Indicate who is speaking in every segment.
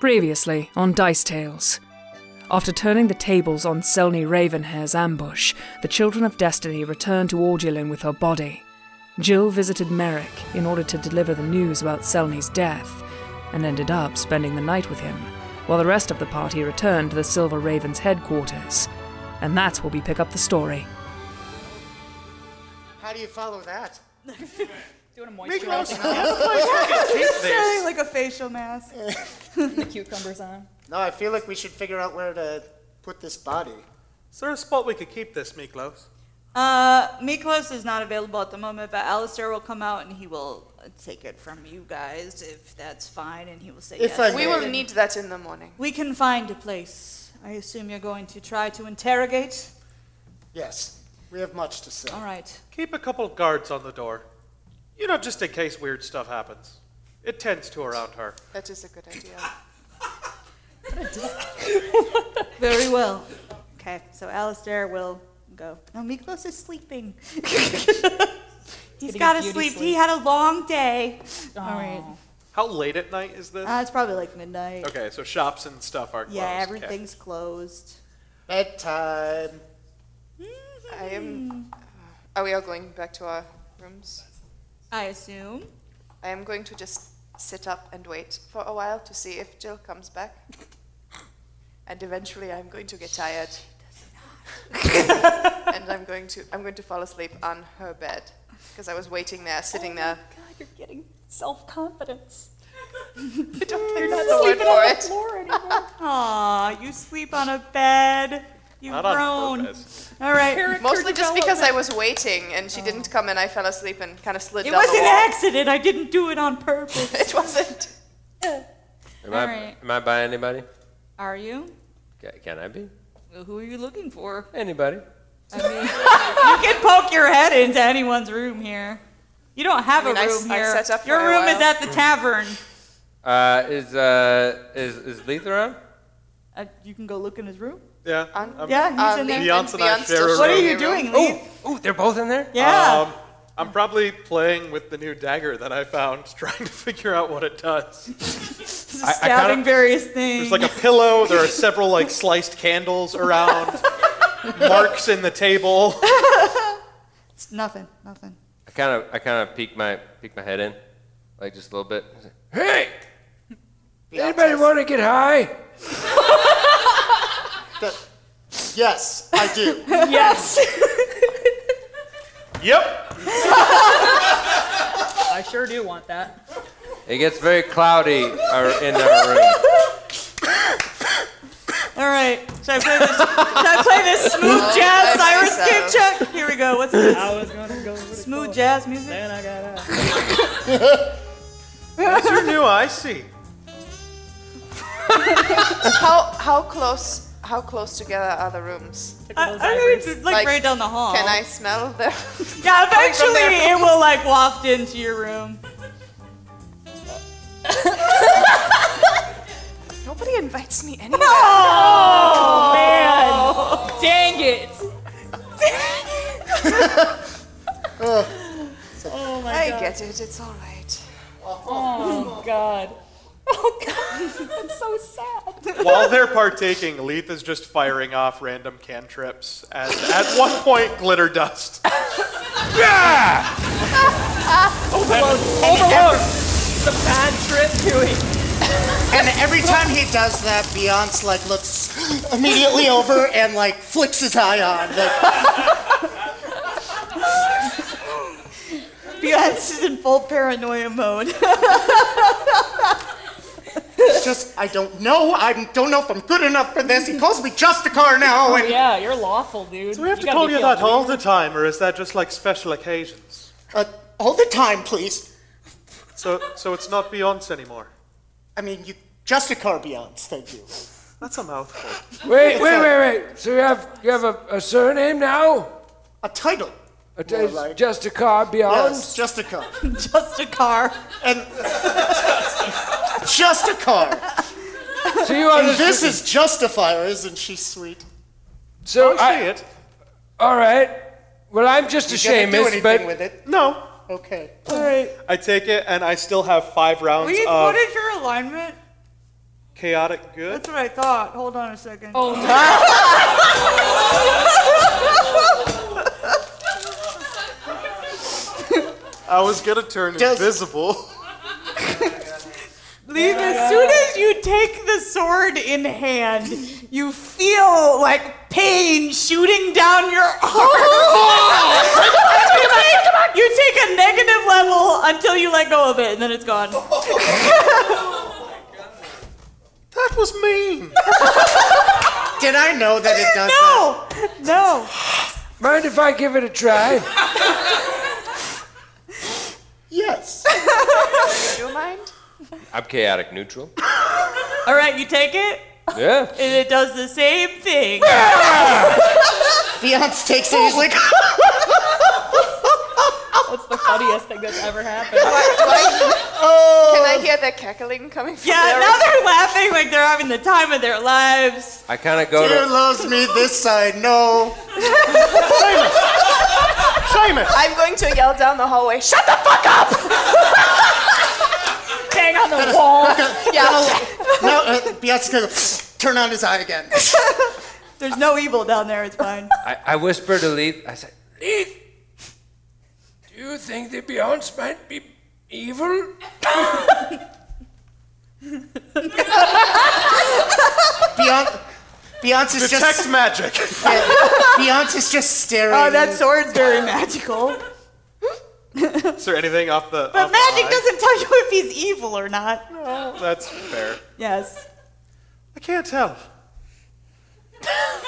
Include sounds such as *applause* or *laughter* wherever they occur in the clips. Speaker 1: Previously on Dice Tales. After turning the tables on Selny Ravenhair's ambush, the Children of Destiny returned to Orgulin with her body. Jill visited Merrick in order to deliver the news about Selny's death, and ended up spending the night with him, while the rest of the party returned to the Silver Raven's headquarters. And that's where we pick up the story.
Speaker 2: How do you follow that?
Speaker 3: Make
Speaker 2: no
Speaker 3: He's wearing like a facial mask.
Speaker 4: the cucumbers on.
Speaker 2: No, I feel like we should figure out where to put this body.
Speaker 5: Is there a spot we could keep this, Miklos?
Speaker 3: Uh, Miklos is not available at the moment, but Alistair will come out and he will uh, take it from you guys if that's fine, and he will say
Speaker 2: If
Speaker 3: yes.
Speaker 2: I
Speaker 6: We will need that in the morning.
Speaker 3: We can find a place. I assume you're going to try to interrogate.
Speaker 2: Yes, we have much to say.
Speaker 3: All right.
Speaker 5: Keep a couple of guards on the door. You know, just in case weird stuff happens. It tends to around her.
Speaker 6: That is a good idea.
Speaker 3: Very well. Okay, so Alistair will go. No, Miklos is sleeping. *laughs* He's
Speaker 4: Getting
Speaker 3: got to
Speaker 4: beauty
Speaker 3: sleep. He
Speaker 4: sleep.
Speaker 3: had a long day. All right.
Speaker 5: How late at night is
Speaker 4: Oh.
Speaker 5: this?
Speaker 3: Uh, it's probably like midnight.
Speaker 5: okay, so shops and stuff are closed.
Speaker 3: Yeah,
Speaker 5: Okay.
Speaker 3: everything's closed.
Speaker 2: Bedtime.
Speaker 6: I am. uh, Are we all going back to our rooms?
Speaker 3: I assume.
Speaker 6: I am going to just sit up and wait for a while to see if Jill comes back. And eventually I'm going to get tired. *laughs* and I'm going to I'm going to fall asleep on her bed because I was waiting there, sitting there.
Speaker 4: God, you're getting self confidence.
Speaker 6: I don't think that's the word for it.
Speaker 4: floor anymore.
Speaker 3: Aw, you sleep on a bed. You
Speaker 5: Not on
Speaker 3: groan.
Speaker 5: purpose.
Speaker 3: All right.
Speaker 4: Character
Speaker 6: Mostly just because I
Speaker 4: development.
Speaker 6: was waiting and she didn't come and I fell asleep and kind of slid
Speaker 3: Oh. It
Speaker 6: down
Speaker 3: was
Speaker 6: the
Speaker 3: an
Speaker 6: wall.
Speaker 3: accident. I didn't do it on purpose.
Speaker 6: *laughs* It wasn't.
Speaker 7: Am I,
Speaker 3: Alright.
Speaker 7: am I by anybody?
Speaker 3: Are you?
Speaker 7: Ca- Can I be?
Speaker 3: Who are you looking for?
Speaker 7: Anybody.
Speaker 3: *laughs* I mean, you can poke your head into anyone's room here. You don't have
Speaker 6: I mean,
Speaker 3: a
Speaker 6: I s-
Speaker 3: room
Speaker 6: I
Speaker 3: here.
Speaker 6: sat up for
Speaker 3: your
Speaker 6: a
Speaker 3: room is
Speaker 6: while.
Speaker 3: at the tavern.
Speaker 7: Uh, is, uh, is, is Leith around?
Speaker 3: Uh, you can go look in his room.
Speaker 5: Yeah.
Speaker 6: Um,
Speaker 5: I'm-
Speaker 3: Yeah, he's
Speaker 6: Um,
Speaker 3: in
Speaker 6: the-
Speaker 3: there.
Speaker 5: Beyonce and I
Speaker 6: Beyonce
Speaker 5: share a
Speaker 6: still
Speaker 3: what are
Speaker 6: showed
Speaker 5: room.
Speaker 6: me
Speaker 3: you doing?
Speaker 7: Oh,
Speaker 3: Lee?
Speaker 7: oh, they're both in there?
Speaker 3: Yeah.
Speaker 5: Um, I'm probably playing with the new dagger that I found, *laughs* trying to figure out what it does.
Speaker 7: I
Speaker 3: stabbing
Speaker 7: kinda-
Speaker 3: various things.
Speaker 5: There's like
Speaker 3: *laughs*
Speaker 5: a pillow. There are several like sliced candles around. marks in the table.
Speaker 3: It's nothing. Nothing.
Speaker 7: I kind of, I kind of peek my, peek my head in, like just a little bit. I was like, Hey, anybody
Speaker 2: Beyonce's-
Speaker 7: want to get high?
Speaker 2: Yes, I do.
Speaker 4: *laughs* Yes.
Speaker 5: *laughs* Yep.
Speaker 4: I sure do want that.
Speaker 7: It gets very cloudy ar- in our room.
Speaker 2: *laughs*
Speaker 3: All right. Should I play this? should I play this
Speaker 6: *laughs*
Speaker 3: smooth jazz
Speaker 6: I
Speaker 3: Cyrus
Speaker 6: think so.
Speaker 3: Skipchuck? Here we go. What's this?
Speaker 4: I was gonna go with
Speaker 3: Smooth jazz music.
Speaker 4: and I got out.
Speaker 5: What's your new I see?
Speaker 6: How how close how close together are the rooms?
Speaker 3: I, I'm gonna do, like,
Speaker 6: Like,
Speaker 3: right down the hall.
Speaker 6: Can I smell them?
Speaker 3: Oh Yeah,
Speaker 6: from
Speaker 3: eventually
Speaker 6: their-
Speaker 3: it will like waft into your room.
Speaker 6: *laughs* Nobody invites me anywhere.
Speaker 3: Oh,
Speaker 6: Oh.
Speaker 4: Dang it!
Speaker 6: I get it. It's all right.
Speaker 4: Oh god. Oh god. That's so sad.
Speaker 5: While they're partaking, Leith is just firing off random cantrips, and at one point,
Speaker 4: *laughs*
Speaker 5: glitter dust. yeah!
Speaker 4: Overload. Overload. It's a bad trip to
Speaker 3: *laughs*
Speaker 4: it.
Speaker 2: And every time he does that, Beyonce like looks *gasps* immediately over and like flicks his eye on. Like,
Speaker 3: Beyonce is in full paranoia mode.
Speaker 2: it's just I don't know. I don't know if I'm good enough for this. He calls me just a car now, and
Speaker 4: Yeah, you're lawful, dude.
Speaker 5: Do we have to
Speaker 4: gotta
Speaker 5: call
Speaker 4: be
Speaker 5: you that
Speaker 4: careful.
Speaker 5: all the time, or is that just like special occasions?
Speaker 2: uh, all the time, please.
Speaker 5: So, so it's not Beyonce anymore.
Speaker 2: I mean, you just a car, Beyonce. Thank you.
Speaker 5: That's a mouthful.
Speaker 7: Wait, wait, wait, wait. So you have, you have a, a surname now?
Speaker 2: A title.
Speaker 7: A-
Speaker 2: More
Speaker 7: it's
Speaker 2: like-
Speaker 7: just a car beyond?
Speaker 2: Yes, just a car.
Speaker 3: *laughs* Just a car.
Speaker 2: And just a *laughs* car.
Speaker 7: So
Speaker 2: *laughs*
Speaker 7: you are
Speaker 2: And
Speaker 7: just-
Speaker 2: this is Justifier, isn't she sweet?
Speaker 7: so
Speaker 5: Don't
Speaker 7: I-
Speaker 5: say it.
Speaker 7: All right. Well, I'm just a
Speaker 2: Can't do
Speaker 7: shameless,
Speaker 2: anything
Speaker 7: but
Speaker 2: with it.
Speaker 5: No.
Speaker 2: Okay.
Speaker 5: I take it, and I still have five rounds
Speaker 3: We,
Speaker 5: of.
Speaker 3: what is your alignment?
Speaker 5: Chaotic
Speaker 3: *laughs*
Speaker 5: good.
Speaker 3: That's what I thought. Hold on a second.
Speaker 8: Oh,
Speaker 5: I was gonna turn
Speaker 2: Does-
Speaker 5: invisible.
Speaker 3: Leave as soon as you take the sword in hand, you feel like pain shooting down your arm.
Speaker 9: Oh!
Speaker 3: *laughs* you, take, you take a negative level until you let go of it, and then it's gone.
Speaker 9: Oh.
Speaker 5: That was mean.
Speaker 2: Did I know that it does that?
Speaker 3: No, no.
Speaker 10: Mind if I give it a
Speaker 2: *laughs*
Speaker 10: try?
Speaker 2: Yes.
Speaker 6: Do you mind?
Speaker 7: I'm chaotic neutral.
Speaker 3: All right, you take it,
Speaker 7: Yeah.
Speaker 3: and it does the same thing.
Speaker 2: Beyonce takes it. He's like,
Speaker 9: That's the funniest thing that's ever happened.
Speaker 6: Can I hear the cackling coming from
Speaker 3: Oh. Yeah,
Speaker 6: there?
Speaker 3: now they're laughing like they're having the time of their lives.
Speaker 7: I kind of go
Speaker 2: dear
Speaker 7: to.
Speaker 2: loves me this side. No.
Speaker 5: Seamus!
Speaker 6: I'm going to yell down the hallway. Shut the fuck up!
Speaker 9: Hang on the wall.
Speaker 6: Yeah.
Speaker 2: No, uh, Beyonce's gonna go, turn on his eye again.
Speaker 3: There's no evil down there. It's fine.
Speaker 7: I, I whisper to Leith. I say,
Speaker 10: Leith, do you think the Beyonce might be evil?
Speaker 2: Beyonce, Beyonce's
Speaker 5: Detect
Speaker 2: just
Speaker 5: magic. *laughs*
Speaker 2: Beyonce's just staring.
Speaker 3: Oh, that sword's very
Speaker 6: *laughs*
Speaker 3: magical.
Speaker 5: Is there anything off the?
Speaker 3: But
Speaker 5: off the
Speaker 3: magic
Speaker 5: eye?
Speaker 3: doesn't tell you if he's evil or not.
Speaker 5: Oh, that's fair.
Speaker 3: Yes.
Speaker 5: I can't tell.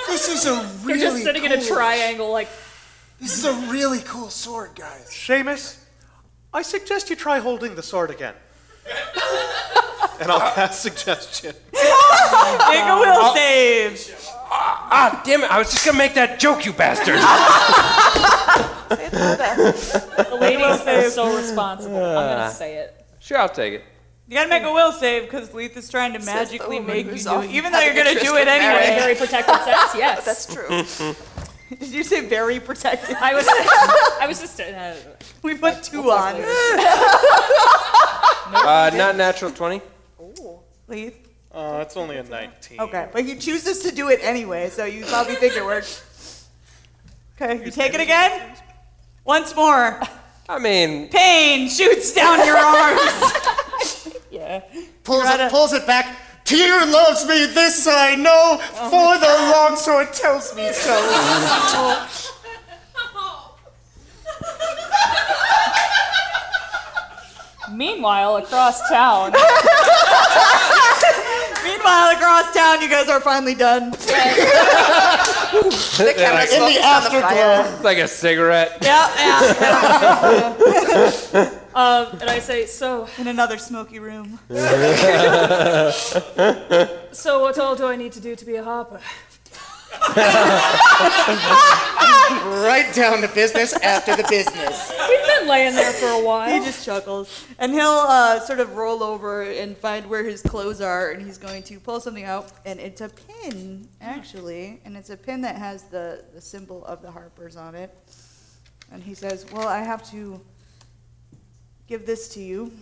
Speaker 2: This is a
Speaker 9: *laughs* You're
Speaker 2: really
Speaker 9: just sitting
Speaker 2: cool,
Speaker 9: in a triangle, like
Speaker 2: This is a really cool sword, guys.
Speaker 5: Seamus, I suggest you try holding the sword again. *laughs* and I'll pass suggestion.
Speaker 3: Make a will save.
Speaker 7: Ah, damn it! I was just gonna make that joke, you bastard.
Speaker 9: the lady is so responsible. I'm gonna say it.
Speaker 7: *laughs* sure, I'll take it.
Speaker 3: You gotta make a will save because Leith is trying to magically
Speaker 6: woman
Speaker 3: make you
Speaker 6: who's
Speaker 3: do it,
Speaker 6: often
Speaker 3: even though you're
Speaker 6: having
Speaker 3: gonna
Speaker 6: interest
Speaker 3: do it
Speaker 6: in
Speaker 9: Having
Speaker 3: anyway.
Speaker 9: very protected sex, yes.
Speaker 6: That's true.
Speaker 3: Did you say very protective?
Speaker 9: I was. *laughs* I was just. Uh,
Speaker 3: We *laughs* put two on.
Speaker 7: Uh, not natural twenty.
Speaker 3: Leith.
Speaker 5: Uh, that's only a 19.
Speaker 3: Okay, but you chooses to do it anyway, so you probably think it worked. Okay, you take it again. Once more.
Speaker 7: I mean,
Speaker 3: Pain shoots down your
Speaker 6: *laughs*
Speaker 3: arms.
Speaker 9: yeah.
Speaker 2: Pulls it, pulls it back. Tear loves me this side. No, for the long sword tells me so.
Speaker 9: Meanwhile, across town,
Speaker 3: Meanwhile, across town, you guys are finally done.
Speaker 6: The camera's
Speaker 2: In the
Speaker 6: focused on the fire.
Speaker 2: afterglow,
Speaker 7: it's like a cigarette.
Speaker 3: Yeah, yeah.
Speaker 9: um, and I say, so,
Speaker 3: In another smoky room.
Speaker 9: so what all do I need to do to be a harper?
Speaker 2: right down to business after the business.
Speaker 9: We've been laying there for a
Speaker 3: *laughs* He
Speaker 9: while.
Speaker 3: just chuckles. And he'll uh, sort of roll over and find where his clothes are, and he's going to pull something out. And it's a pin, actually. And it's a pin that has the, the symbol of the Harpers on it. And he says, Well, I have to give this to you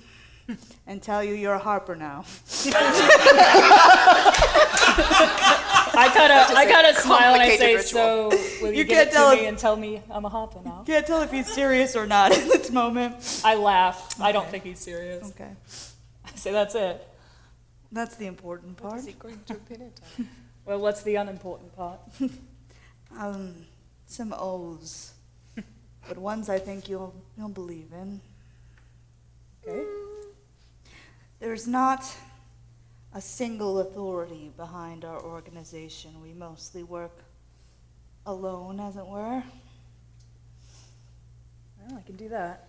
Speaker 3: and tell you you're a Harper now. *laughs*
Speaker 9: I kind of, I kind of smile and I say,
Speaker 6: complicated
Speaker 9: so will you,
Speaker 3: You
Speaker 9: give
Speaker 3: can't
Speaker 9: it
Speaker 3: tell
Speaker 9: to me
Speaker 3: if-
Speaker 9: and tell me I'm a harper now?
Speaker 3: Can't tell if he's serious or not *laughs* at this moment.
Speaker 9: I laugh. I don't think he's serious.
Speaker 3: Okay.
Speaker 9: I say, that's it.
Speaker 3: That's the important part.
Speaker 9: Well, what's the unimportant part?
Speaker 3: Um, some O's, but ones I think you'll you'll believe in.
Speaker 9: Okay.
Speaker 3: There's not a single authority behind our organization. We mostly work alone, as it were.
Speaker 9: Well, I can do that.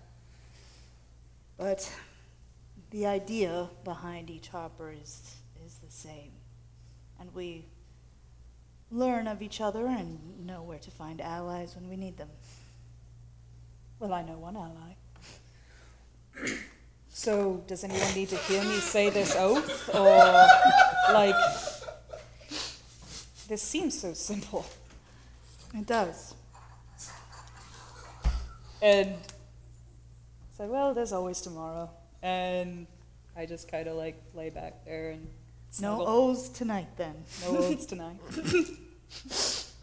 Speaker 3: But the idea behind each hopper is, is the same. And we learn of each other and know where to find allies when we need them.
Speaker 9: Well, I know one ally. So, does anyone need to hear me say this oath? Or, like, this seems so simple.
Speaker 3: It does.
Speaker 9: And so, well, there's always tomorrow. And I just kind of like lay back there and
Speaker 3: No
Speaker 1: snuggle.
Speaker 3: O's tonight then.
Speaker 1: No oats tonight. it's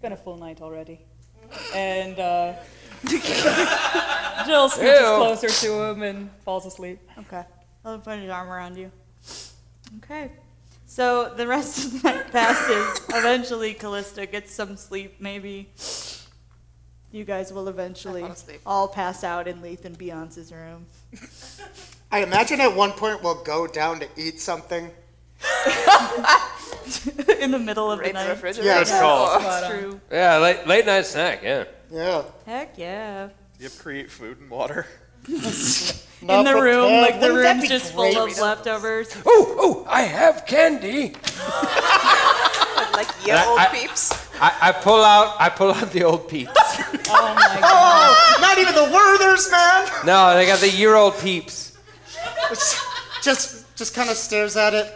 Speaker 1: been a full night already. And uh, Jill scooches
Speaker 7: Ew.
Speaker 1: closer to him and falls asleep.
Speaker 3: *laughs* Okay. I'll put his arm around you. Okay. So the rest of the night
Speaker 6: *laughs*
Speaker 3: passes. Eventually, Callista gets some sleep, maybe. You guys will eventually
Speaker 6: I fall asleep.
Speaker 3: all pass out in Leith and Beyonce's room. *laughs*
Speaker 2: I imagine at one point we'll go down to eat something.
Speaker 3: in the middle of the
Speaker 6: Right in the
Speaker 3: night.
Speaker 6: refrigerator.
Speaker 2: Yes.
Speaker 5: Good call.
Speaker 6: Oh.
Speaker 3: That's true.
Speaker 7: Yeah, late, late night snack, yeah.
Speaker 2: Yeah.
Speaker 3: Heck yeah.
Speaker 5: You create food and water.
Speaker 3: in the room,
Speaker 2: Wouldn't
Speaker 3: like the
Speaker 2: that
Speaker 3: room's
Speaker 2: be
Speaker 3: just
Speaker 2: great?
Speaker 3: full of leftovers.
Speaker 11: Oh, oh, I have candy.
Speaker 6: Like year old
Speaker 7: I-
Speaker 6: peeps.
Speaker 7: I, I pull out I pull out the old peeps. *laughs*
Speaker 2: Oh, not even the Werthers, man.
Speaker 7: No, they got the year old peeps.
Speaker 2: Just, just kind of stares at it.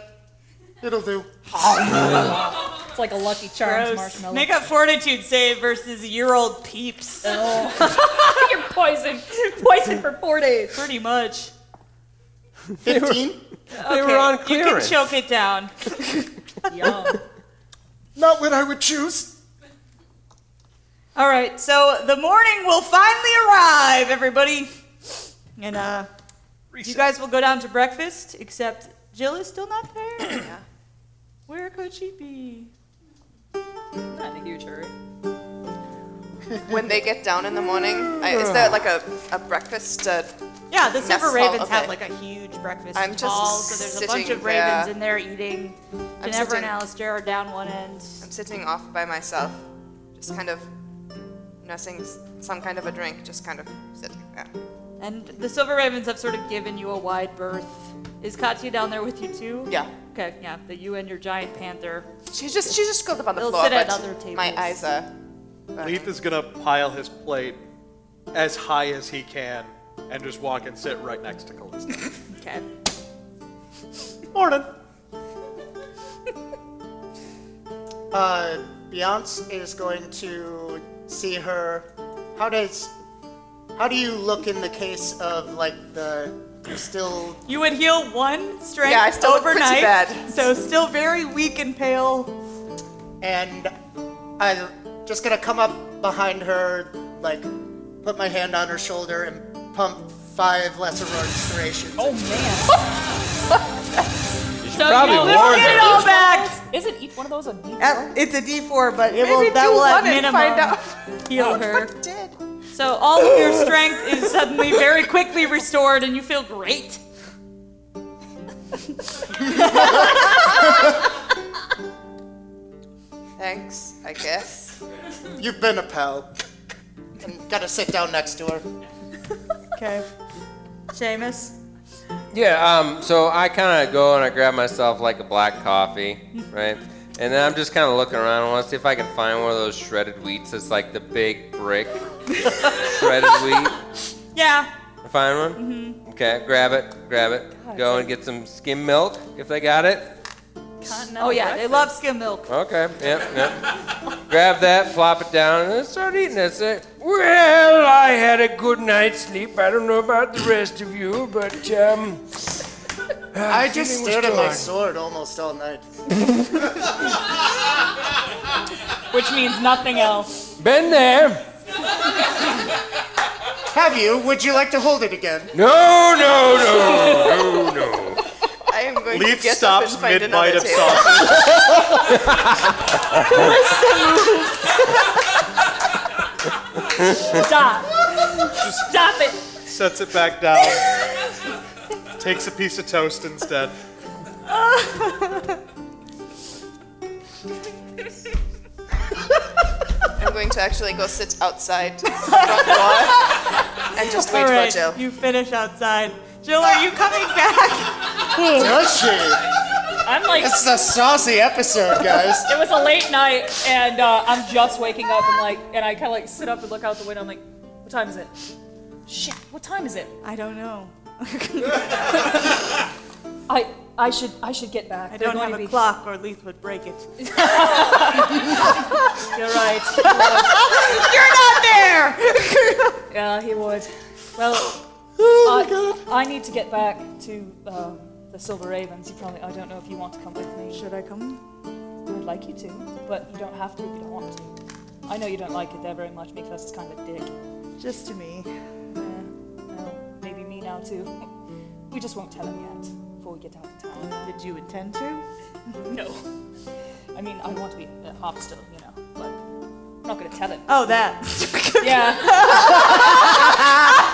Speaker 2: It'll do.
Speaker 9: It's like a Lucky Charms marshmallow.
Speaker 3: Make a fortitude save versus year old peeps.
Speaker 6: Uh,
Speaker 9: You're *laughs* poisoned. Poisoned for four days.
Speaker 3: Pretty much.
Speaker 2: Fifteen.
Speaker 7: They were on
Speaker 3: You can
Speaker 7: clearance.
Speaker 3: choke it down.
Speaker 9: Yum.
Speaker 2: Not what I would choose.
Speaker 3: All right, so the morning will finally arrive, everybody. And uh, you guys will go down to breakfast, except Jill is still not
Speaker 6: *clears throat*
Speaker 3: there. Where could she be?
Speaker 9: Not in a huge hurry.
Speaker 6: When they get down in the morning, I, is there like a, a breakfast? Uh,
Speaker 3: Yeah, the
Speaker 6: Mess
Speaker 3: Silver
Speaker 6: hall,
Speaker 3: Ravens have
Speaker 6: Oh, okay.
Speaker 3: like a huge breakfast
Speaker 6: I'm just
Speaker 3: hall, so there's a bunch
Speaker 6: sitting
Speaker 3: of ravens
Speaker 6: there.
Speaker 3: in there eating.
Speaker 6: I'm
Speaker 3: Ginevra and
Speaker 6: sitting-
Speaker 3: Alistair are down one end.
Speaker 6: I'm sitting off by myself, just kind of nursing s- some kind of a drink, just kind of sitting there.
Speaker 3: And the Silver Ravens have sort of given you a wide berth. Is Katya down there with you too?
Speaker 6: Yeah.
Speaker 3: Okay, yeah, the you and your giant panther.
Speaker 6: She just she just curled up on the
Speaker 3: They'll
Speaker 6: floor,
Speaker 3: sit at
Speaker 6: but
Speaker 3: other
Speaker 6: my
Speaker 3: tables.
Speaker 6: eyes are. burning.
Speaker 5: Leith is gonna pile his plate as high as he can and just walk and sit right next to
Speaker 6: *laughs*
Speaker 5: Callista.
Speaker 3: Okay.
Speaker 5: Morning.
Speaker 2: Uh, Beyonce is going to see her. How does? How do you look in the case of like the you still
Speaker 3: You would heal one strength
Speaker 6: Yeah, I still look pretty
Speaker 3: overnight.
Speaker 6: bad.
Speaker 3: So still very weak and pale.
Speaker 2: and I'm just gonna come up behind her, like put my hand on her shoulder and pump five lesser restorations.
Speaker 9: Oh man.
Speaker 3: So
Speaker 7: probably
Speaker 3: you
Speaker 7: warn
Speaker 3: will get it
Speaker 7: her.
Speaker 3: all back.
Speaker 9: Isn't each one of those a D4?
Speaker 3: At- it's a D4, but it
Speaker 6: Maybe
Speaker 3: will, that
Speaker 6: do
Speaker 3: will at
Speaker 6: one and
Speaker 3: minimum *laughs*
Speaker 6: find out.
Speaker 3: heal her. So all of your strength is suddenly very quickly restored, and you feel great.
Speaker 6: Thanks, I guess.
Speaker 2: You've been a pal. And gotta sit down next to her.
Speaker 3: Okay. Seamus.
Speaker 7: Yeah, um, so I kind of go and I grab myself like a black coffee, right? And then I'm just kind of looking around. I want to see if I can find one of those shredded wheats. It's like the big brick shredded wheat.
Speaker 3: Yeah.
Speaker 7: Find one? Mm-hmm. Okay, grab it, grab it. Go and get some skim milk if they got it.
Speaker 3: Oh yeah, they love skim milk.
Speaker 7: Okay, yep, yep. Grab that, flop it down, and start eating it. Say,
Speaker 11: Well, I had a good night's sleep. I don't know about the rest of you, but um,
Speaker 2: I
Speaker 11: feeling was
Speaker 2: just stared at my
Speaker 11: gone.
Speaker 2: sword almost all night.
Speaker 1: Which means nothing
Speaker 3: *laughs*
Speaker 1: else.
Speaker 11: been there.
Speaker 2: Have you? Would you like to hold it again?
Speaker 11: No, no, no, no, no.
Speaker 6: I am going
Speaker 5: Leith
Speaker 6: to get up and
Speaker 5: stops
Speaker 6: find
Speaker 5: mid bite
Speaker 6: another
Speaker 5: of
Speaker 6: table.
Speaker 5: sausage.
Speaker 9: Stop. Stop it.
Speaker 5: Sets it back
Speaker 6: *laughs*
Speaker 5: down. takes a piece of toast instead.
Speaker 6: I'm going to actually go
Speaker 3: *laughs*
Speaker 6: sit outside the front door and just wait
Speaker 3: All right,
Speaker 6: for Jill.
Speaker 3: you finish outside. Jill, are you coming *laughs* back?
Speaker 2: Does she?
Speaker 9: I'm like,
Speaker 2: This is a saucy episode, guys.
Speaker 9: it was a late night, and uh, I'm just waking up, and like, and I kind of like sit up and look out the window. I'm like, what time is it? Shit, what time is it?
Speaker 3: I don't know.
Speaker 9: I I should I should get back.
Speaker 3: I don't have a
Speaker 9: *laughs*
Speaker 3: clock, or Leith would break it.
Speaker 9: You're *laughs* right.
Speaker 3: You're not there.
Speaker 9: *laughs* Oh yeah, he would. Well, I, I need to get back to um, the Silver Ravens, you probably, I don't know if you want to come with me.
Speaker 3: Should I come?
Speaker 9: I'd like you to, but you don't have to if you don't want to. I know you don't like it there very much because it's kind of a dick.
Speaker 3: Just to me.
Speaker 9: Yeah, well, maybe me now too. *laughs* We just won't tell him yet before we get out of town.
Speaker 3: Did you intend to?
Speaker 9: No. I mean, I want to be a hop still, you know, but I'm not going
Speaker 3: *laughs*
Speaker 9: to tell him.
Speaker 3: Oh, that.
Speaker 9: Yeah. *laughs*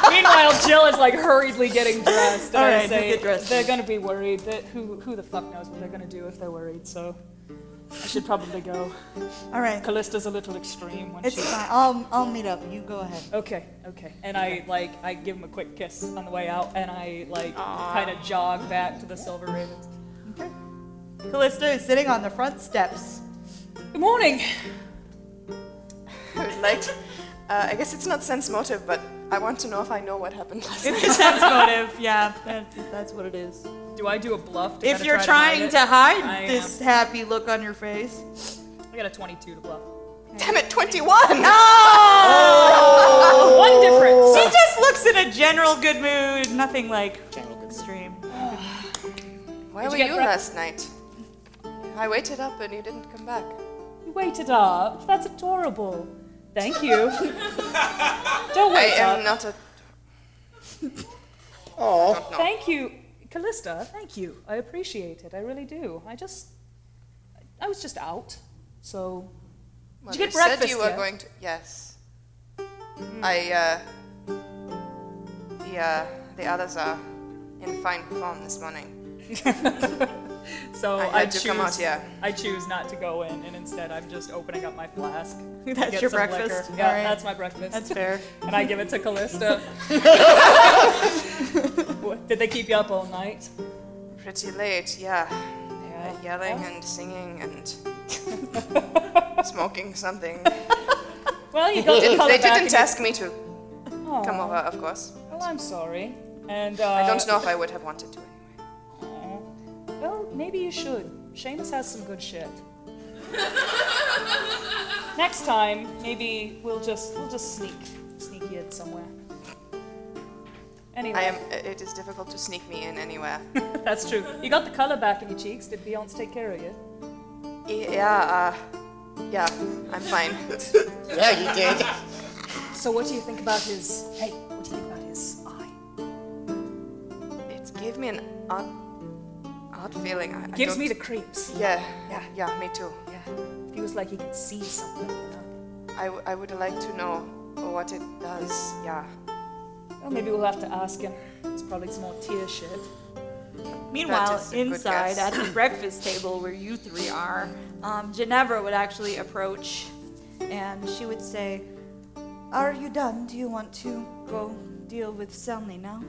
Speaker 9: Meanwhile, Jill is like hurriedly getting dressed. And
Speaker 3: All
Speaker 9: I
Speaker 3: right,
Speaker 9: say
Speaker 3: get dressed.
Speaker 9: They're gonna be worried. That who who the fuck knows what they're gonna do if they're worried? So I should probably go.
Speaker 3: All right.
Speaker 9: Callista's a little extreme when
Speaker 3: It's
Speaker 9: she.
Speaker 3: fine. I'll, I'll meet up. You go ahead.
Speaker 9: Okay, okay. And I like I give him a quick kiss on the way out, and I like kind of jog back to the Silver Ravens.
Speaker 3: Okay. Callista is sitting on the front steps.
Speaker 9: Good morning.
Speaker 6: I would like. Uh, I guess it's not sense motive, but I want to know if I know what happened last night.
Speaker 3: *laughs* That's motive. Yeah, that's, that's what it is.
Speaker 9: Do I do a bluff? To
Speaker 3: If
Speaker 9: kinda
Speaker 3: you're
Speaker 9: try
Speaker 3: trying
Speaker 9: to
Speaker 3: to hide,
Speaker 9: I am.
Speaker 3: this happy look on your face.
Speaker 9: hide it? I got a 22 to bluff.
Speaker 6: Damn it, 21!
Speaker 9: One difference.
Speaker 3: He just looks in a general good mood. Nothing like extreme.
Speaker 6: Where
Speaker 9: Did
Speaker 6: were
Speaker 9: you
Speaker 6: you,
Speaker 9: get breath-
Speaker 6: last night? I waited up and you didn't come back.
Speaker 9: You waited up. That's adorable. Thank you. Don't
Speaker 6: I
Speaker 9: wait
Speaker 6: am
Speaker 9: up.
Speaker 6: not a.
Speaker 9: Thank you, Callista. Thank you. I appreciate it. I really do. I just, I was just out, so
Speaker 6: Well,
Speaker 9: Did you get
Speaker 6: they said
Speaker 9: breakfast
Speaker 6: you were
Speaker 9: yet? Hmm.
Speaker 6: going to. Yes. I, uh. The, uh, the others are in fine form this morning.
Speaker 9: so
Speaker 6: I
Speaker 9: Oh, I,
Speaker 6: had to
Speaker 9: choose.
Speaker 6: come out, yeah.
Speaker 9: I choose not to go in, and instead I'm just opening up my flask. to
Speaker 3: That's
Speaker 9: get
Speaker 3: your
Speaker 9: some
Speaker 3: breakfast?
Speaker 9: liquor. Yeah,
Speaker 3: All right.
Speaker 9: that's my breakfast.
Speaker 3: That's fair.
Speaker 9: and I give it to Callista. What, Did they keep you up all night?
Speaker 6: Pretty late, yeah.
Speaker 9: Yeah.
Speaker 6: Yelling and singing
Speaker 9: *laughs*
Speaker 6: and. smoking something.
Speaker 9: Well, you got to call
Speaker 6: they
Speaker 9: it back
Speaker 6: didn't
Speaker 9: and-
Speaker 6: ask me to come over, of course.
Speaker 9: Oh, I'm sorry. And uh,
Speaker 6: I don't know if I would have wanted to anyway.
Speaker 9: Well, maybe you should. Seamus has some good shit. Next time, maybe we'll just we'll just sneak sneak you in somewhere. Anyway,
Speaker 6: I am. It is difficult to sneak me in anywhere.
Speaker 9: *laughs* that's true. You got the color back in your cheeks. Did Beyonce take care of you?
Speaker 6: Yeah, uh, yeah, I'm fine.
Speaker 2: Yeah, you did.
Speaker 9: So what do you think about his? Hey, what do you think about his eye?
Speaker 6: It gave me an odd, odd feeling. I, I
Speaker 9: Gives
Speaker 6: don't-
Speaker 9: me the creeps.
Speaker 6: Yeah,
Speaker 9: Yeah.
Speaker 6: yeah, yeah, me too.
Speaker 9: Yeah, feels like he can see something. You know?
Speaker 6: I, w- I would like to know what it does. Yeah.
Speaker 9: Well, maybe we'll have to ask him. It's probably some more tear shit.
Speaker 3: *laughs* Meanwhile,
Speaker 6: That is a good
Speaker 3: inside at
Speaker 6: guess.
Speaker 3: the breakfast table where you three are, um, Ginevra would actually approach and she would say, Are you done? Do you want to go deal with Selmy now?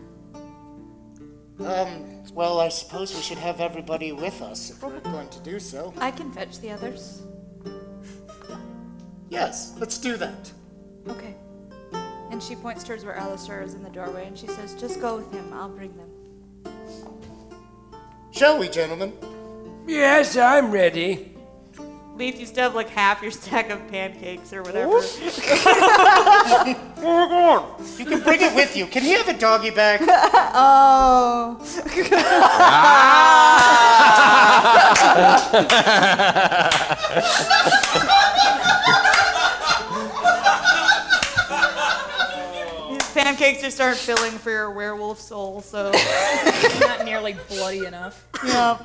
Speaker 2: Um, well, I suppose we should have everybody with us if we're going to do so.
Speaker 3: I can fetch the others.
Speaker 2: Yes, let's do that.
Speaker 3: Okay. And she points towards where Alistair is in the doorway and she says, Just go with him. I'll bring them.
Speaker 2: Shall we, gentlemen?
Speaker 11: Yes, I'm ready.
Speaker 3: Leaf, you still have like half your stack of pancakes or whatever.
Speaker 2: You can bring it with you. Can he have a doggy bag?
Speaker 3: Oh. These pancakes just aren't filling for your werewolf soul, *laughs* so.
Speaker 9: Not nearly bloody enough.
Speaker 3: yeah.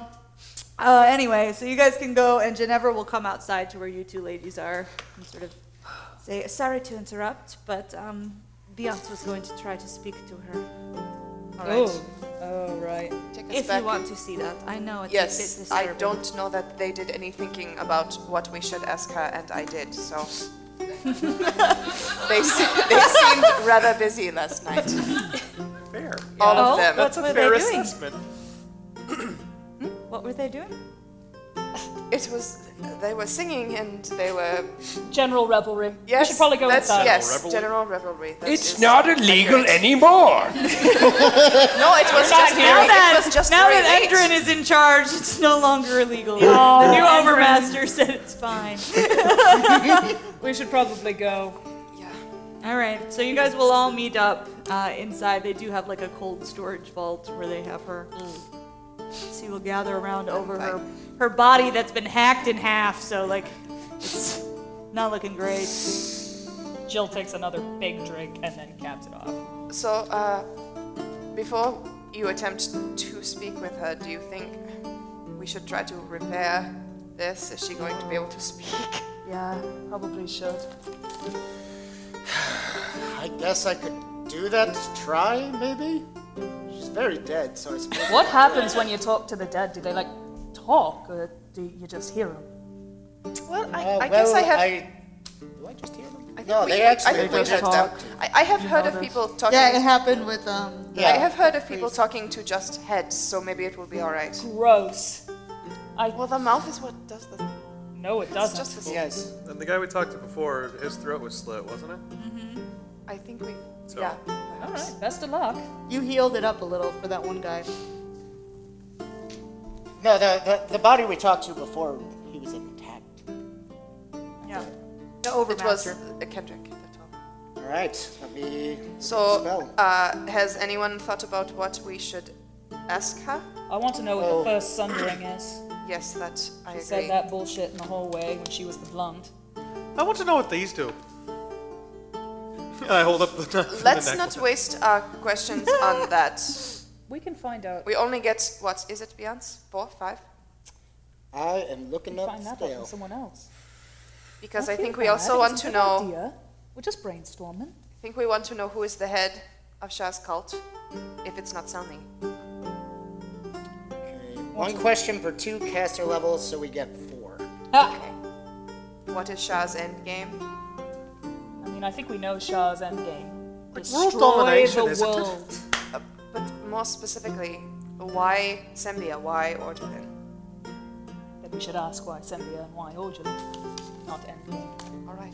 Speaker 3: Uh, anyway, so you guys can go, and Ginevra will come outside to where you two ladies are and sort of say, Sorry to interrupt, but um, Beyonce was going to try to speak to her. All right.
Speaker 9: Oh, oh right.
Speaker 6: Take us
Speaker 3: If
Speaker 6: back.
Speaker 3: you want to see that, I know it's a bit
Speaker 6: Yes, I
Speaker 3: disturbing.
Speaker 6: don't know that they did any thinking about what we should ask her, and I did, so. they, se- they seemed rather busy last night.
Speaker 5: Fair.
Speaker 6: All
Speaker 3: Oh,
Speaker 6: of them.
Speaker 3: that's
Speaker 5: a
Speaker 3: what
Speaker 5: fair
Speaker 3: they're doing.
Speaker 5: assessment.
Speaker 3: What were they doing?
Speaker 6: It was. They were singing and they were.
Speaker 9: General revelry.
Speaker 6: Yes.
Speaker 9: we should probably go
Speaker 6: that's,
Speaker 9: inside.
Speaker 6: Yes,
Speaker 5: Revelry.
Speaker 6: general revelry. that
Speaker 11: It's
Speaker 6: is
Speaker 11: not illegal
Speaker 6: accurate.
Speaker 7: *laughs*
Speaker 11: anymore.
Speaker 6: No, it was just
Speaker 9: here.
Speaker 6: very,
Speaker 3: that-
Speaker 6: it was just
Speaker 3: now
Speaker 6: very
Speaker 3: that
Speaker 6: late.
Speaker 3: Endrin is in charge, it's no longer illegal. the new
Speaker 9: Endrin.
Speaker 3: overmaster said it's fine.
Speaker 9: We should probably go.
Speaker 6: Yeah.
Speaker 3: all right, so you guys will all meet up uh, inside. They do have like a cold storage vault where they have her. So you will gather around over her, her body that's been hacked in half. So like, it's not looking great.
Speaker 9: Jill takes another big drink and then caps it off.
Speaker 6: So, uh, before you attempt to speak with her, do you think we should try to repair this? Is she going to be able to *laughs* speak?
Speaker 3: Yeah, probably should.
Speaker 2: I guess I could do that to try, maybe? She's very dead, so I suppose.
Speaker 9: What happens when you talk to the dead? Do they like talk, or do you just hear them?
Speaker 6: Well, I,
Speaker 2: Uh,
Speaker 6: I guess I
Speaker 2: well,
Speaker 6: have.
Speaker 2: Do I just hear them?
Speaker 6: I think
Speaker 2: No,
Speaker 6: we,
Speaker 2: they
Speaker 6: I-
Speaker 2: actually
Speaker 6: I think
Speaker 2: just
Speaker 6: we did that.
Speaker 2: talked.
Speaker 6: I, I have heard of people talking.
Speaker 3: Yeah, it happened with um.
Speaker 2: Yeah.
Speaker 6: I have heard of people talking to just heads, so maybe it will be all right.
Speaker 9: Gross. I
Speaker 6: Well, the mouth is what does the.
Speaker 9: no, it
Speaker 6: It's
Speaker 9: doesn't.
Speaker 6: just the.
Speaker 2: Yes.
Speaker 5: And the guy we talked to before, his throat was slit, wasn't it?
Speaker 6: I think we.
Speaker 5: So-
Speaker 6: Yeah.
Speaker 9: All right. Best of luck.
Speaker 3: You healed it up a little for that one guy.
Speaker 2: No, the, the, the body we talked to before, he was intact.
Speaker 3: Yeah. The
Speaker 6: It was
Speaker 3: overmaster.
Speaker 6: a Kendrick that told.
Speaker 2: All right, let me.
Speaker 6: So,
Speaker 2: Spell.
Speaker 6: uh, has anyone thought about what we should ask her?
Speaker 9: I want to know what
Speaker 2: Oh.
Speaker 9: the first
Speaker 6: *clears throat*
Speaker 9: sundering is.
Speaker 6: Yes, that I
Speaker 9: She
Speaker 6: agree.
Speaker 9: said that bullshit in the hallway when she was the blonde.
Speaker 5: I want to know what these do. And I hold up the knife. and the
Speaker 6: Let's
Speaker 5: necklace.
Speaker 6: not waste our
Speaker 9: *laughs*
Speaker 6: questions on that.
Speaker 9: We can find out.
Speaker 6: We only get what is it, Beyonce? Four, five?
Speaker 2: I am looking
Speaker 9: We
Speaker 2: up
Speaker 9: find that out from
Speaker 2: scale.
Speaker 9: someone else.
Speaker 6: Because I
Speaker 9: feel
Speaker 6: think we
Speaker 9: bad.
Speaker 6: also
Speaker 9: It's
Speaker 6: want
Speaker 9: a
Speaker 6: to
Speaker 9: good
Speaker 6: know.
Speaker 9: idea. We're just brainstorming.
Speaker 6: I think we want to know who is the head of Shah's cult, if it's not Selmy.
Speaker 2: Okay. One question per two caster levels, so we get four.
Speaker 6: Okay. What is Shah's endgame?
Speaker 9: I mean, I think we know Shah's endgame. Destroy
Speaker 5: domination,
Speaker 9: the
Speaker 5: isn't it?
Speaker 9: world.
Speaker 6: Uh, but more specifically, why Sembia? Why Orduin?
Speaker 9: Then we should ask why Sembia and why Orgel, not endgame.
Speaker 6: All right.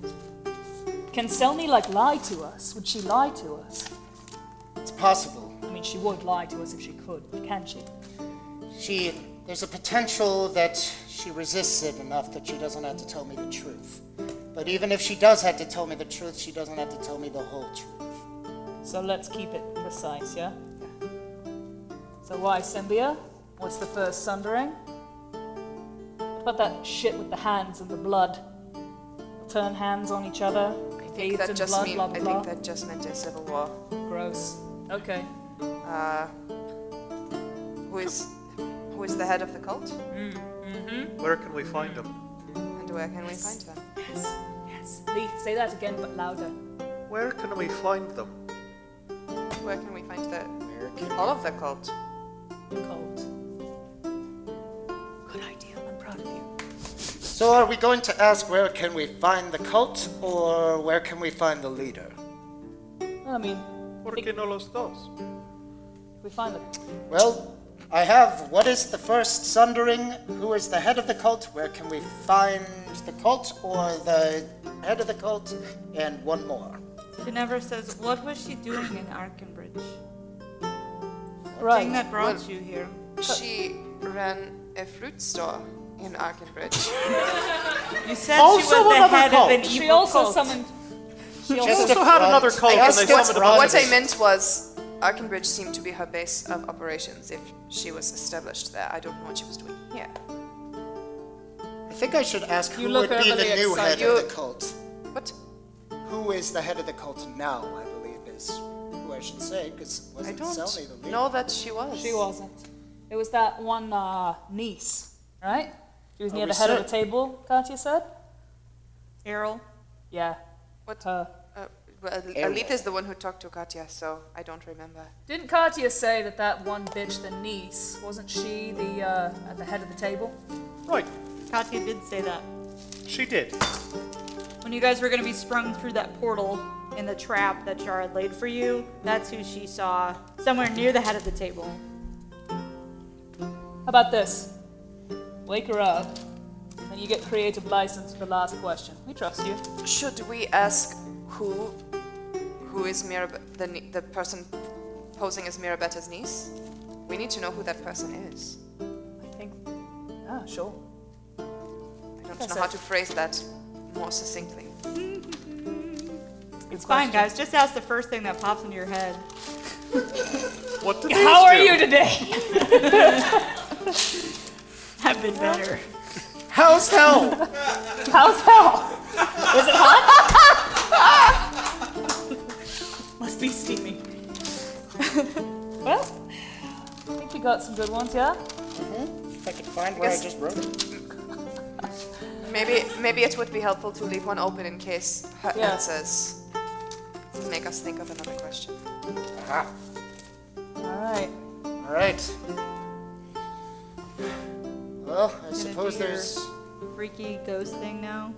Speaker 9: Can Selmy like lie to us? Would she lie to us?
Speaker 2: It's possible.
Speaker 9: I mean, she would lie to us if she could, but can she?
Speaker 2: She. There's a potential that she resists it enough that she doesn't have to tell me the truth. But even if she does have to tell me the truth, she doesn't have to tell me the whole truth.
Speaker 9: So let's keep it precise, yeah? So why Symbia? What's the first sundering? What about that shit with the hands and the blood? Turn hands on each other.
Speaker 6: I think
Speaker 9: bathed
Speaker 6: that
Speaker 9: in
Speaker 6: just
Speaker 9: blood,
Speaker 6: mean,
Speaker 9: blah, blah,
Speaker 6: I
Speaker 9: blah.
Speaker 6: think that just meant a civil war.
Speaker 9: Gross. Okay.
Speaker 6: Who is who is the head of the cult?
Speaker 5: Where can we find them?
Speaker 6: And where can we find them?
Speaker 9: Yes. Yes. Lee, say that again, but louder.
Speaker 5: Where can we find them?
Speaker 6: Where can we find the all of the cult?
Speaker 9: Cold. Good idea. I'm proud of you.
Speaker 2: So are we going to ask where can we find the cult, or where can we find the leader?
Speaker 9: I mean,
Speaker 5: Por
Speaker 9: Think-
Speaker 5: qué no los dos?
Speaker 9: we find the
Speaker 2: Well, I have what is the first sundering, who is the head of the cult, where can we find the cult or the head of the cult, and one more.
Speaker 3: She never says what was she doing in Arkenbridge.
Speaker 9: right.
Speaker 3: that brought you here.
Speaker 6: She ran a fruit store in Arkenbridge.
Speaker 3: You said
Speaker 5: Also another cult.
Speaker 9: She also summoned. She
Speaker 2: Just
Speaker 9: also
Speaker 5: also had
Speaker 2: front.
Speaker 5: another cult
Speaker 2: I
Speaker 5: and
Speaker 2: asked
Speaker 5: they
Speaker 2: what's
Speaker 5: summoned a
Speaker 2: wrong
Speaker 6: what
Speaker 2: with
Speaker 6: I meant was Arkenbridge seemed to be her base of operations if she was established there. I don't know what she was doing here.
Speaker 2: I think I should ask
Speaker 9: You
Speaker 2: who
Speaker 9: look
Speaker 2: would be the
Speaker 9: overly
Speaker 2: new head
Speaker 6: excited.
Speaker 2: of the cult.
Speaker 6: What?
Speaker 2: Who is the head of the cult now, I believe, is who I should say, because
Speaker 6: I
Speaker 2: wasn't Selmy the
Speaker 6: don't
Speaker 2: leader?
Speaker 6: know that she was.
Speaker 9: She wasn't. It was that one uh, niece, right? She was
Speaker 2: Oh,
Speaker 9: near
Speaker 2: we
Speaker 9: the head of the
Speaker 2: said-
Speaker 9: table, Katya said?
Speaker 3: Errol.
Speaker 9: Yeah.
Speaker 6: What?
Speaker 9: Her.
Speaker 6: Uh, well,
Speaker 2: Ariel.
Speaker 6: Alita is the one who talked to Katya, so I don't remember.
Speaker 9: Didn't Katya say that that one bitch, the niece, wasn't she the uh, at the head of the table?
Speaker 5: Right,
Speaker 3: Katya did say that.
Speaker 5: she did.
Speaker 3: When you guys were going to be sprung through that portal in the trap that Jar had laid for you, that's who she saw somewhere near the head of the table.
Speaker 9: How about this? Wake her up, and you get creative license for the last question. We trust you.
Speaker 6: Should we ask who who is Mirab- the ni- the person posing as Mirabetta's niece? We need to know who that person is.
Speaker 9: I think. Ah, sure.
Speaker 6: I don't
Speaker 9: Yes,
Speaker 6: know
Speaker 9: sir.
Speaker 6: how to phrase that more succinctly.
Speaker 3: It's fine, guys. Just ask the first thing that *laughs* pops into your head.
Speaker 5: What did these
Speaker 9: How are
Speaker 5: do?
Speaker 9: you today?
Speaker 12: I've been better.
Speaker 2: How's hell?
Speaker 9: *laughs* How's hell? Is it *laughs* hot?
Speaker 12: Must be steamy.
Speaker 9: well, I think we got some good ones, yeah?
Speaker 2: If I could find
Speaker 6: where I just
Speaker 2: wrote it.
Speaker 6: Maybe maybe it would be helpful to leave one open in case her
Speaker 9: Yeah.
Speaker 6: answers make us think of another question.
Speaker 2: Ah,
Speaker 9: Alright.
Speaker 2: All right. Well, I suppose there's.
Speaker 3: freaky ghost thing now.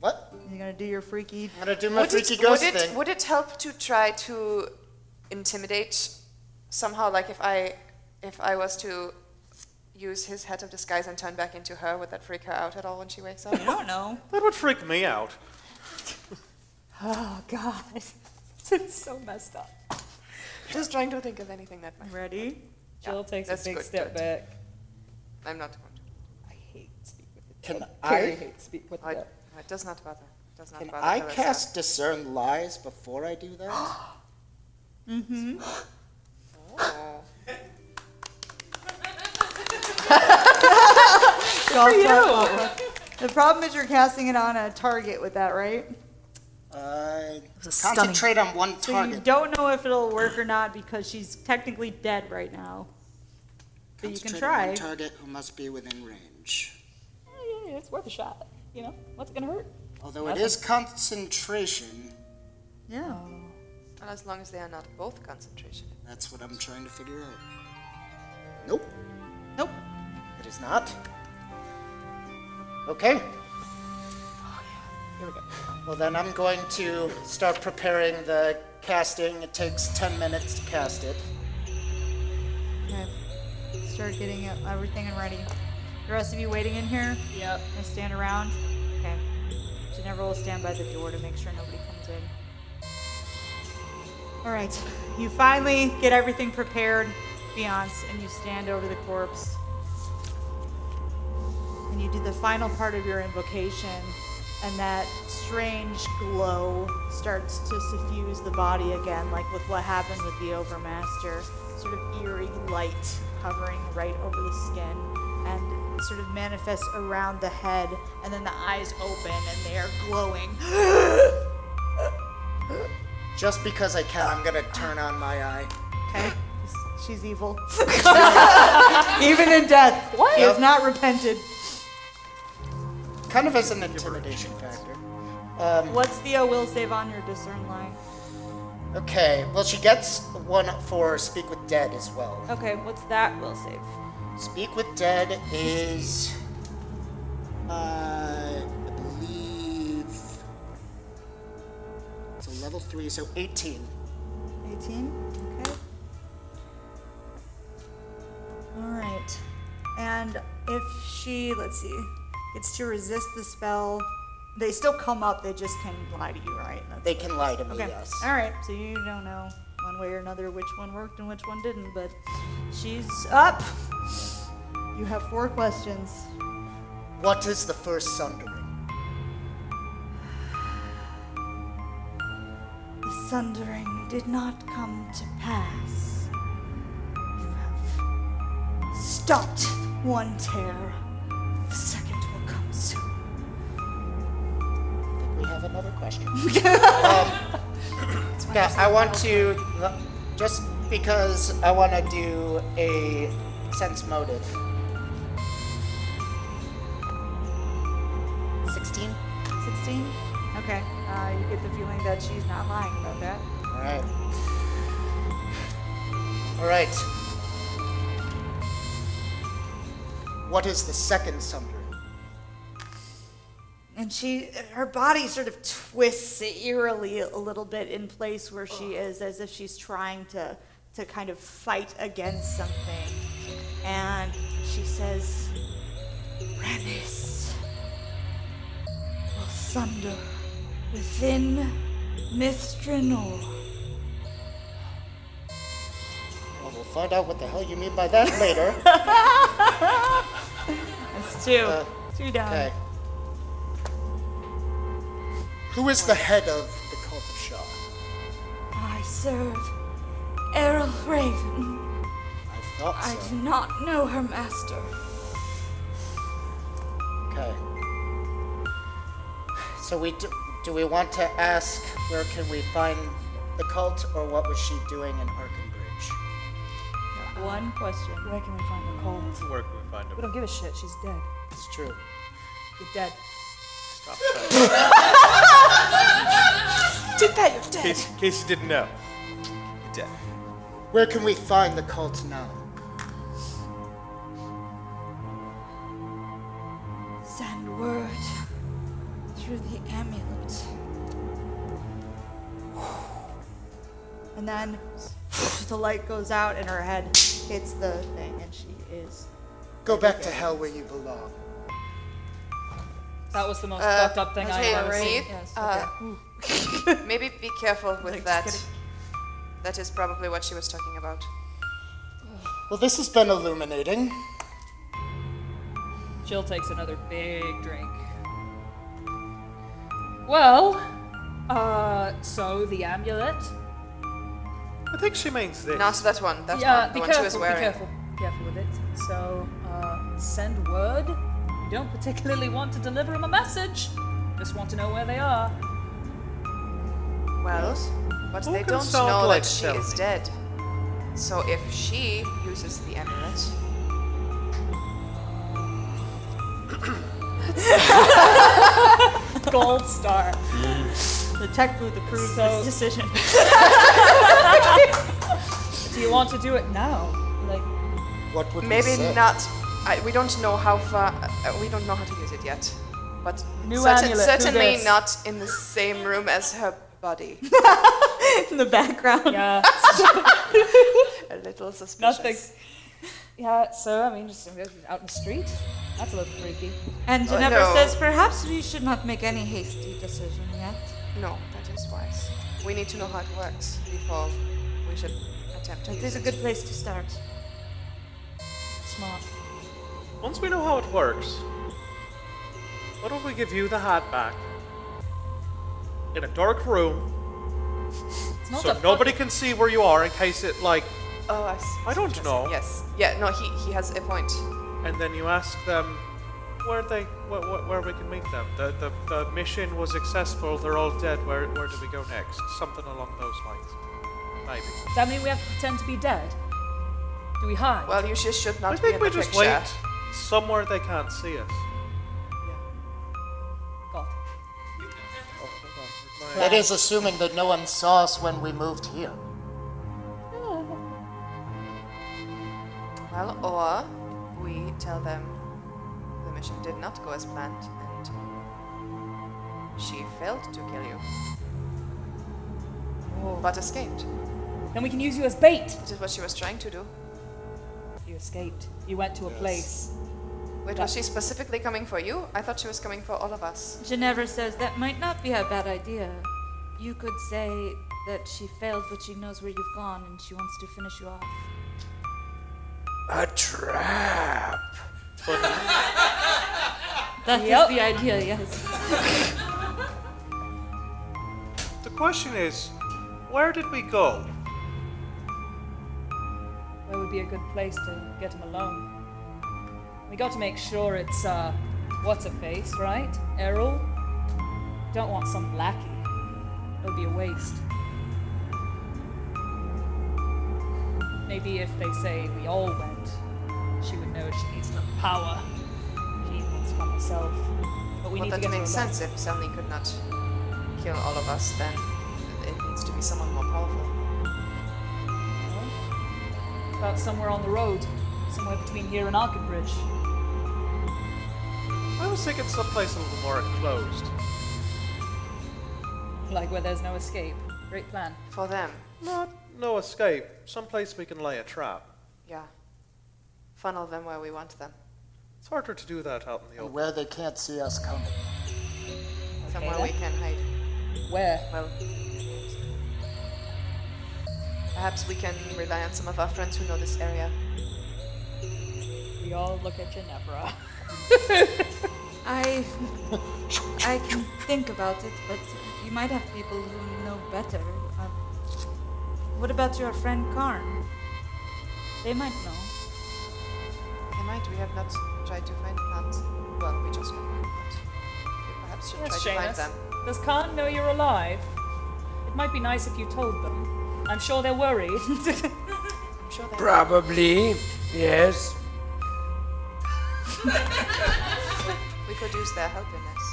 Speaker 2: What?
Speaker 3: You're gonna do your freaky.
Speaker 2: I'm gonna do my
Speaker 6: Would
Speaker 2: freaky
Speaker 6: it,
Speaker 2: ghost
Speaker 6: would it,
Speaker 2: thing.
Speaker 6: Would it help to try to intimidate somehow? Like if I if I was to use his head of disguise and turn back into her, would that freak her out at all when she wakes up?
Speaker 12: I don't know.
Speaker 5: That would freak me out.
Speaker 9: Oh, God. *laughs* It's so messed up.
Speaker 6: *laughs* Just trying to think of anything that might.
Speaker 12: Ready?
Speaker 9: Jill takes
Speaker 6: that's
Speaker 9: a big
Speaker 6: good,
Speaker 9: step
Speaker 6: good.
Speaker 9: back.
Speaker 6: I'm not going to.
Speaker 9: I hate speak with the
Speaker 2: Can
Speaker 9: dead.
Speaker 2: I-
Speaker 9: Carrie hates speak with
Speaker 6: I,
Speaker 9: the
Speaker 6: It does not bother. Does not
Speaker 2: Can
Speaker 6: bother.
Speaker 2: I
Speaker 6: Clarissa.
Speaker 2: cast discern lies before I do
Speaker 12: *gasps*
Speaker 2: that? Uh,
Speaker 12: Mm-hmm.
Speaker 6: Oh.
Speaker 3: Golf club. The problem is you're casting it on a target with that, right?
Speaker 2: Uh,
Speaker 1: a stunning-
Speaker 2: concentrate on one
Speaker 12: So you
Speaker 2: target.
Speaker 12: don't know if it'll work or not because she's technically dead right now. But you can
Speaker 2: Concentrate on
Speaker 12: try.
Speaker 2: One target who must be within range.
Speaker 9: Yeah, yeah, yeah, it's worth a shot. You know, what's it gonna hurt?
Speaker 2: Although it
Speaker 9: Nothing.
Speaker 2: is concentration,
Speaker 3: Yeah.
Speaker 6: And as long as they are not both concentration.
Speaker 2: that's what I'm trying to figure out. Nope,
Speaker 3: Nope.
Speaker 2: it is not. Okay.
Speaker 9: Here we go.
Speaker 2: Well, then I'm going to start preparing the casting. It takes 10 minutes to cast it.
Speaker 3: Okay. Start getting it- everything ready. The rest of you waiting in here?
Speaker 9: Yep.
Speaker 3: Gonna stand around? Okay. Ginevra will stand by the door to make sure nobody comes in. Alright. You finally get everything prepared, Beyonce, and you stand over the corpse. And you do the final part of your invocation, and that strange glow starts to suffuse the body again, like with what happened with the Overmaster. Sort of eerie light hovering right over the skin, and sort of manifests around the head, and then the eyes open and they are glowing.
Speaker 2: Just because I can, I'm gonna turn on my eye.
Speaker 3: Okay? *gasps* She's evil. *laughs* Even in death, what? she has not repented.
Speaker 2: Kind of as an intimidation factor. Um,
Speaker 12: What's the uh, will save on your discern line?
Speaker 2: okay, well, she gets one for Speak with Dead as well.
Speaker 12: Okay, what's that will save?
Speaker 2: Speak with Dead is. Uh, I believe. It's a level 3, so 18.
Speaker 3: 18. Okay. All right. And if she, let's see, it's to resist the spell, they still come up. They just can lie to you, right? That's
Speaker 2: They can lie to me,
Speaker 3: okay.
Speaker 2: yes.
Speaker 3: All right. So you don't know one way or another which one worked and which one didn't, but she's up. You have four questions.
Speaker 2: What is the first sundering?
Speaker 3: The sundering did not come to pass. You have stopped one tear. The second will come soon.
Speaker 2: I think we have another question. um, now, I want to. Just because I want to do a sense motive. 16?
Speaker 3: 16? Okay. Uh, you get the feeling that she's not lying about that.
Speaker 2: Alright. Alright. What is the second sundering?
Speaker 3: And she, her body sort of twists eerily a little bit in place where she is, as if she's trying to, to kind of fight against something. And she says, Renis will sunder within Mithranor.
Speaker 2: Well, we'll find out what the hell you mean by that later.
Speaker 3: That's two.
Speaker 2: Uh,
Speaker 3: two down.
Speaker 2: Okay. Who is the head of the cult of Shaw?
Speaker 3: I serve Errol Raven.
Speaker 2: I Thought
Speaker 12: I
Speaker 2: so.
Speaker 12: do not know her master.
Speaker 2: Okay. So we do, do we want to ask where can we find the cult or what was she doing in Arkenbridge?
Speaker 12: One question.
Speaker 9: Where can we find the cold?
Speaker 5: Where can we find
Speaker 9: We
Speaker 5: him?
Speaker 9: don't give a shit. She's dead.
Speaker 2: It's true.
Speaker 9: You're dead.
Speaker 5: Stop that.
Speaker 6: Did that, you're dead.
Speaker 5: Casey, Casey didn't know. Dead.
Speaker 2: Where can we find the cult now?
Speaker 12: Send word through the amulet.
Speaker 3: And then the light goes out and her head hits the thing and she is.
Speaker 2: Go back to hell where you belong.
Speaker 9: That was the most
Speaker 6: Uh,
Speaker 9: fucked up thing
Speaker 6: okay,
Speaker 9: I've ever seen.
Speaker 6: Reed, uh, *laughs* maybe be careful with that. That is probably what she was talking about.
Speaker 2: Well, this has been illuminating.
Speaker 9: Jill takes another big drink. Well, uh, so the amulet.
Speaker 5: I think she means this.
Speaker 6: Not that one. That
Speaker 9: yeah,
Speaker 6: one.
Speaker 9: be
Speaker 6: The one
Speaker 9: careful.
Speaker 6: she was
Speaker 9: be
Speaker 6: wearing.
Speaker 9: careful. Be careful with it. So, uh, send word. You don't particularly want to deliver them a message. Just want to know where they are.
Speaker 6: Well, but
Speaker 5: Who
Speaker 6: they
Speaker 5: can
Speaker 6: don't
Speaker 5: sound
Speaker 6: know
Speaker 5: like
Speaker 6: that she
Speaker 5: Shelby?
Speaker 6: is dead. So if she uses the amulet,
Speaker 9: Gold star.
Speaker 3: The tech booth approves
Speaker 9: So-
Speaker 3: this decision.
Speaker 9: Do you want to do it now? Like,
Speaker 2: What would we
Speaker 6: maybe
Speaker 2: say?
Speaker 6: not. I, we don't know how far. Uh, we don't know how to use it yet. But
Speaker 9: New
Speaker 6: certain-
Speaker 9: amulet, do
Speaker 6: certainly
Speaker 9: this.
Speaker 6: not in the same room as her body.
Speaker 3: In the background.
Speaker 9: yeah,
Speaker 6: A
Speaker 12: *laughs*
Speaker 6: little suspicious.
Speaker 9: nothing. *laughs* Yeah, so I mean, just out in the street. That's a little freaky.
Speaker 12: And
Speaker 6: Oh,
Speaker 12: Ginevra
Speaker 6: no.
Speaker 12: says, perhaps we should not make any hasty decision yet.
Speaker 6: No, that is wise. We need to know how it works before we should attempt to
Speaker 12: That
Speaker 6: use
Speaker 12: is a
Speaker 6: it.
Speaker 12: good place to start.
Speaker 9: Smart.
Speaker 5: Once we know how it works, why don't we give you the hat back in a dark room
Speaker 9: It's not
Speaker 5: so
Speaker 9: a fuck-
Speaker 5: nobody can see where you are in case it like.
Speaker 6: Oh, I see.
Speaker 5: I don't know.
Speaker 6: Yes. Yeah. No, he he has a point.
Speaker 5: And then you ask them where they where, where, where we can meet them. The, the the mission was successful. They're all dead. Where where do we go next? Something along those lines. Maybe.
Speaker 9: Does that mean we have to pretend to be dead? Do we hide?
Speaker 6: Well, you just should not
Speaker 5: I
Speaker 6: be in
Speaker 5: think we
Speaker 6: the
Speaker 5: just
Speaker 6: picture.
Speaker 5: wait somewhere they can't see us.
Speaker 9: God.
Speaker 2: That is assuming that no one saw us when we moved here.
Speaker 6: Well, or we tell them the mission did not go as planned, and she failed to kill you, but escaped.
Speaker 9: Then we can use you as bait.
Speaker 6: This is what she was trying to do.
Speaker 9: You escaped. You went to a place.
Speaker 6: Wait, was she specifically coming for you? I thought she was coming for all of us.
Speaker 12: Ginevra says, that might not be a bad idea. You could say that she failed, but she knows where you've gone and she wants to finish you off.
Speaker 11: A trap.
Speaker 12: That is
Speaker 9: Yep.
Speaker 12: the idea, yes.
Speaker 5: The question is, where did we go?
Speaker 9: Where would be a good place to get him alone? We got to make sure it's uh, what's a face, right? Errol. Don't want some lackey. It would be a waste. Maybe if they say we all went, she would know she needs the power. She needs one herself. But we
Speaker 6: well,
Speaker 9: need to
Speaker 6: that
Speaker 9: get her
Speaker 6: makes
Speaker 9: alone.
Speaker 6: sense. If Selny could not kill all of us, then it needs to be someone more powerful.
Speaker 9: About somewhere on the road, somewhere between here and Arkenbridge.
Speaker 5: I was thinking someplace a little more enclosed.
Speaker 9: Like where there's no escape. Great plan.
Speaker 6: For them,
Speaker 5: Not no escape. Someplace we can lay a trap.
Speaker 6: yeah. Funnel them where we want them.
Speaker 5: It's harder to do that out in the
Speaker 2: And
Speaker 5: open.
Speaker 2: where they can't see us coming.
Speaker 6: Somewhere we can hide.
Speaker 9: Where?
Speaker 6: Well, perhaps we can rely on some of our friends who know this area.
Speaker 9: We all look at *laughs* Ginevra.
Speaker 12: I, I can think about it, but you might have people Uh, who know better. Um, what about your friend Karn? They might know.
Speaker 6: They might. We have not tried to find Hans. Well, we just found him, but we perhaps should
Speaker 9: Yes,
Speaker 6: try to find
Speaker 9: Seamus.
Speaker 6: them.
Speaker 9: Does Khan know you're alive? It might be nice if you told them. I'm sure they're *laughs* worried. I'm
Speaker 6: sure
Speaker 11: Probably, yes.
Speaker 6: We could use their help in this.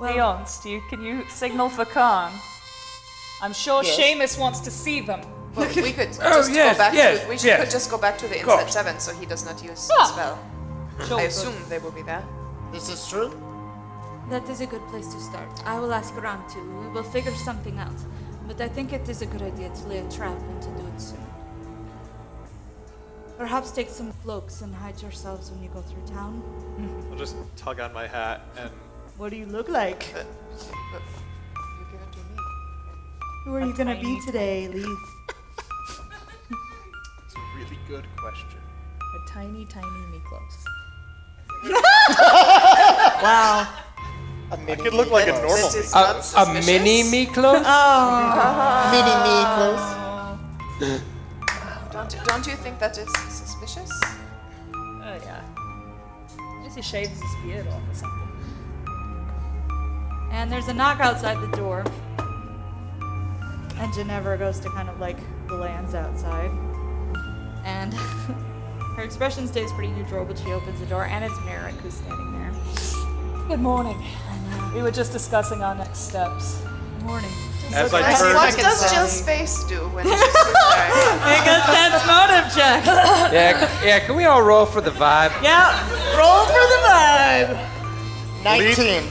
Speaker 9: Leonce, do you, can you signal for Khan? I'm sure
Speaker 6: Yes.
Speaker 9: Seamus wants to see them.
Speaker 6: Well, we could just
Speaker 9: Oh, yes,
Speaker 6: go back
Speaker 9: yes,
Speaker 6: to we
Speaker 9: yes.
Speaker 6: could just go back to the
Speaker 9: Of course.
Speaker 6: inside seven so he does not use
Speaker 9: Ah.
Speaker 6: the spell.
Speaker 9: Sure.
Speaker 6: I assume they will be there.
Speaker 2: This is true.
Speaker 12: That is a good place to start. I will ask around too. We will figure something out. But I think it is a good idea to lay a trap and to do it soon. Perhaps take some cloaks and hide yourselves when you go through town.
Speaker 5: I'll just tug on my hat and
Speaker 3: What do you look like? Who are you gonna be today, Leaf?
Speaker 5: it's a really good question.
Speaker 13: A tiny, tiny
Speaker 6: *laughs*
Speaker 13: Miklos.
Speaker 3: wow.
Speaker 2: I
Speaker 5: could look like a normal me.
Speaker 7: A, a mini Miklos?
Speaker 6: Mini Miklos. Don't don't you think that is suspicious?
Speaker 9: Oh yeah. Unless he shaves his beard off or something.
Speaker 3: And there's a knock outside the door. And Ginevra goes to kind of like the lands outside. And *laughs* her expression stays pretty neutral, but she opens the door, and it's Merrick who's standing there.
Speaker 9: Good morning. We were just discussing our next steps.
Speaker 12: Morning.
Speaker 5: As I
Speaker 6: What-
Speaker 5: turn-
Speaker 6: what does
Speaker 5: Reconciling.
Speaker 6: Jill's face do when she sees her?
Speaker 3: Make a sense motive check.
Speaker 9: *laughs*
Speaker 7: Yeah, c- yeah, can we all roll for the vibe?
Speaker 3: Yeah, roll for the vibe.
Speaker 5: Leaf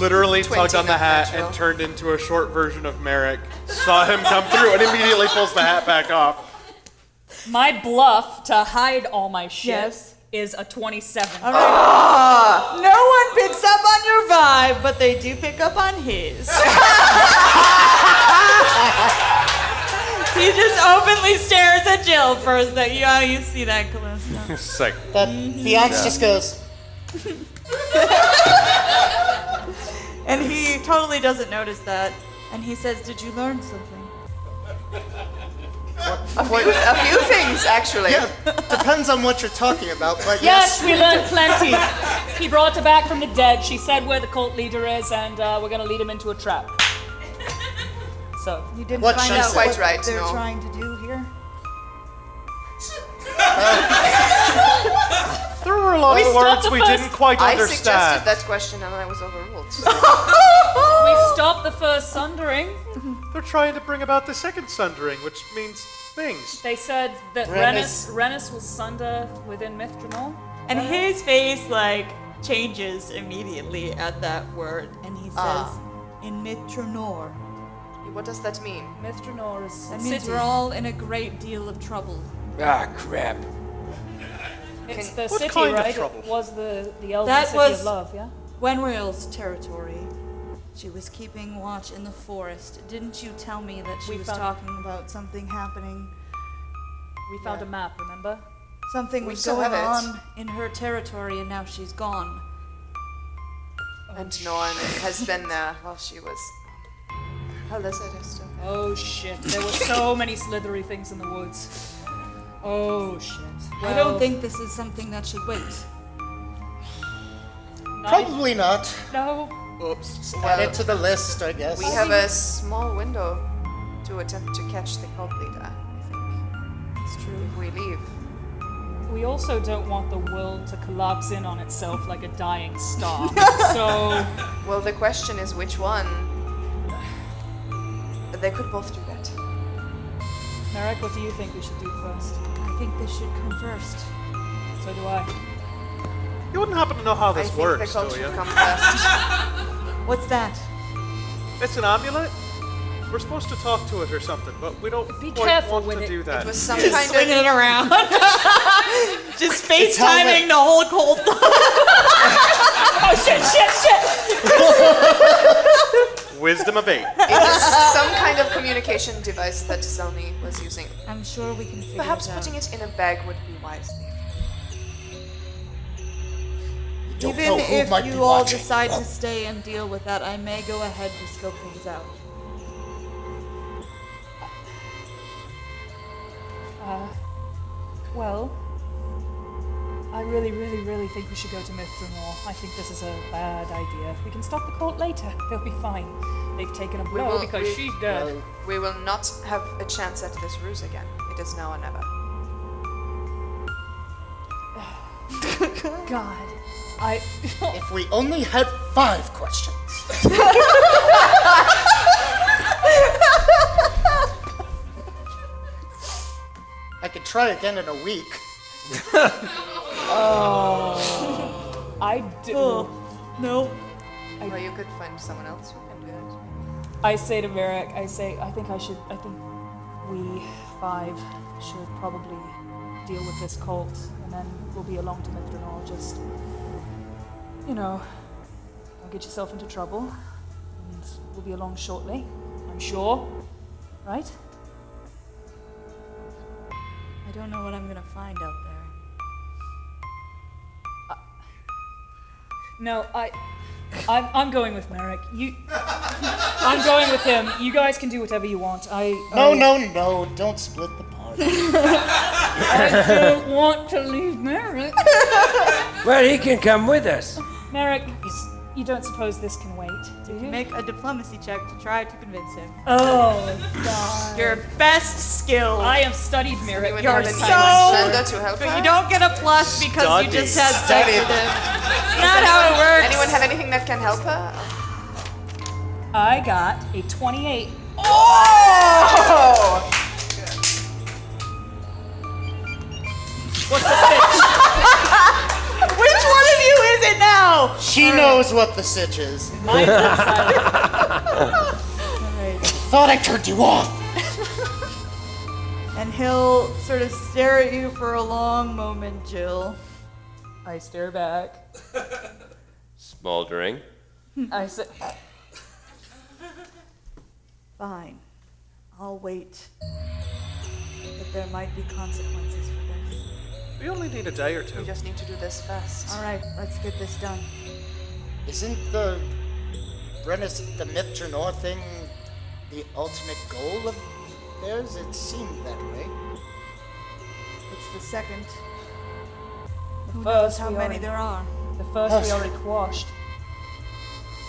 Speaker 5: Literally tugged on the hat and turned into a short version of Merrick. Saw him come through and immediately pulls the hat back off.
Speaker 9: My bluff to hide all my shit
Speaker 3: Yes.
Speaker 9: is a 27.
Speaker 3: All
Speaker 12: Ah!
Speaker 3: right. No one picks up on your vibe, but they do pick up on *laughs* his. he just openly stares at Jill for a second. Yeah, you see that, Calista.
Speaker 7: it's like,
Speaker 2: The fiance just goes.
Speaker 3: And he totally doesn't notice that. And he says, Did you learn something?
Speaker 6: A few, a few things actually.
Speaker 2: Yeah, depends on what you're talking about, but yes.
Speaker 9: Yes, we learned plenty.
Speaker 3: *laughs*
Speaker 9: he brought her back from the dead. She said where the cult leader is, and uh, we're going to lead him into a trap. So
Speaker 3: You didn't
Speaker 9: What
Speaker 3: find
Speaker 9: she's
Speaker 3: out
Speaker 9: quite
Speaker 3: what
Speaker 9: right,
Speaker 3: they're
Speaker 9: no.
Speaker 3: trying to do here?
Speaker 5: There were a lot
Speaker 6: We
Speaker 5: of
Speaker 6: stopped
Speaker 5: words
Speaker 6: the
Speaker 5: we
Speaker 6: first-
Speaker 5: didn't quite
Speaker 6: I
Speaker 5: understand.
Speaker 6: suggested that question and I was overruled.
Speaker 9: we stopped the first sundering.
Speaker 5: They're trying to bring about the second sundering, which means things.
Speaker 9: They said that
Speaker 5: Renus-
Speaker 9: Renus, Renus will sunder within Mithranor.
Speaker 3: And his face, like, changes immediately at that word. And he says,
Speaker 6: Ah.
Speaker 3: In Mitronor.
Speaker 6: What does that mean?
Speaker 9: Mithranor is
Speaker 12: That means
Speaker 9: city.
Speaker 12: we're all in a great deal of trouble.
Speaker 11: Ah, crap.
Speaker 9: It's the
Speaker 12: What
Speaker 9: city,
Speaker 12: kind of
Speaker 9: right?
Speaker 12: trouble?
Speaker 9: It was the, the elven
Speaker 12: That
Speaker 9: city
Speaker 12: was
Speaker 9: of love, yeah?
Speaker 12: Wenriel's territory. She was keeping watch in the forest. Didn't you tell me that she
Speaker 9: We
Speaker 12: was
Speaker 9: found-
Speaker 12: talking about something happening?
Speaker 9: We found
Speaker 12: Yeah.
Speaker 9: a map, remember?
Speaker 12: Something
Speaker 9: We
Speaker 12: was
Speaker 9: still
Speaker 12: going
Speaker 9: have it.
Speaker 12: on in her territory, and now she's gone.
Speaker 6: And no one has been there while she was. How does it still?
Speaker 9: Oh shit, there were so many slithery things in the woods. Oh shit.
Speaker 12: I
Speaker 9: Well,
Speaker 12: don't think this is something that should wait.
Speaker 2: Probably not.
Speaker 9: No.
Speaker 2: Oops. Add it to the list, I guess.
Speaker 6: We have a small window to attempt to catch the cult leader, I think.
Speaker 12: It's true.
Speaker 6: If we leave.
Speaker 9: We also don't want the world to collapse in on itself like a dying *laughs* star. so.
Speaker 6: Well, the question is which one? They could both do that.
Speaker 9: Merrick, what do you think we should do first?
Speaker 12: I think they should come first.
Speaker 9: So do I.
Speaker 5: You wouldn't happen to know how this
Speaker 9: think the
Speaker 5: works,
Speaker 9: cult
Speaker 5: do
Speaker 9: should
Speaker 5: you?
Speaker 9: come
Speaker 12: What's that?
Speaker 5: It's an amulet. We're supposed to talk to it or something, but we don't
Speaker 9: Be
Speaker 5: quite
Speaker 9: careful
Speaker 5: want
Speaker 9: with
Speaker 5: to
Speaker 9: it.
Speaker 5: do that.
Speaker 6: It was some
Speaker 3: Just
Speaker 6: kind
Speaker 3: swinging
Speaker 6: of.
Speaker 3: it around. Just FaceTiming
Speaker 6: helmet.
Speaker 3: the whole cold.
Speaker 9: oh shit, shit,
Speaker 3: shit!
Speaker 5: Wisdom of
Speaker 9: *laughs*
Speaker 5: eight.
Speaker 6: It was some kind of communication device that Zelny was using.
Speaker 12: I'm sure we can figure
Speaker 6: Perhaps
Speaker 12: it out.
Speaker 6: putting it in a bag would be wise.
Speaker 2: don't
Speaker 12: Even
Speaker 2: know who
Speaker 12: if
Speaker 2: might be
Speaker 12: you all
Speaker 2: watching.
Speaker 12: decide to stay and deal with that, I may go ahead to scope things out.
Speaker 9: Uh, well, I really, really, really think we should go to Mithranor. I think this is a bad idea. We can stop the cult later. *laughs* They'll be fine. They've taken a
Speaker 6: We
Speaker 9: blow
Speaker 6: will-
Speaker 9: because
Speaker 6: we-
Speaker 9: she's dead.
Speaker 6: We will not have a chance at this ruse again. It is now or never.
Speaker 9: God, I. *laughs*
Speaker 2: if we only had five questions. I could try again in a week.
Speaker 9: oh. I do. no.
Speaker 6: Or you could find someone else who can do it.
Speaker 9: I say to Merrick, I say, I think I should, I think we five should probably deal with this cult, and then we'll be along to Mithranor. Just, you know, don't get yourself into trouble, and we'll be along shortly, I'm sure. Right?
Speaker 12: I don't know what I'm gonna find out there.
Speaker 9: No, I, I'm, I'm going with Merrick. You, I'm going with him. You guys can do whatever you want. I.
Speaker 2: No,
Speaker 9: I-
Speaker 2: no, no, don't split the *laughs* party.
Speaker 9: I don't want to leave Merrick.
Speaker 11: Well, he can come with us.
Speaker 9: Merrick, you don't suppose this can wait, do you?
Speaker 3: Make a diplomacy check to try to convince him.
Speaker 9: Oh, God.
Speaker 3: Your best skill.
Speaker 9: I have studied Merrick.
Speaker 3: You're
Speaker 9: for
Speaker 3: so.
Speaker 9: time.
Speaker 3: But you don't get a plus because you just had sex with him.
Speaker 6: *laughs*
Speaker 3: Not how it works.
Speaker 6: Anyone have anything that can help her?
Speaker 9: I got a 28.
Speaker 6: Oh!
Speaker 9: What's the stitch?
Speaker 3: Which one of you is it now?
Speaker 2: She knows what the sitch is. *laughs*
Speaker 9: Mine's
Speaker 2: Thought I turned you off.
Speaker 3: And he'll sort of stare at you for a long moment, Jill.
Speaker 9: I stare back.
Speaker 7: Smoldering.
Speaker 9: I say,
Speaker 3: Fine. I'll wait. But there might be consequences for this.
Speaker 5: We only need a day or two.
Speaker 6: We just need to do this first.
Speaker 3: All right, let's get this done.
Speaker 2: Isn't the Renaissance, the Mithranor thing the ultimate goal of theirs? It seemed that way.
Speaker 3: It's the second. Who knows
Speaker 9: first
Speaker 3: how
Speaker 9: we
Speaker 3: many
Speaker 9: already-
Speaker 3: there Oh. are?
Speaker 9: The first we already quashed.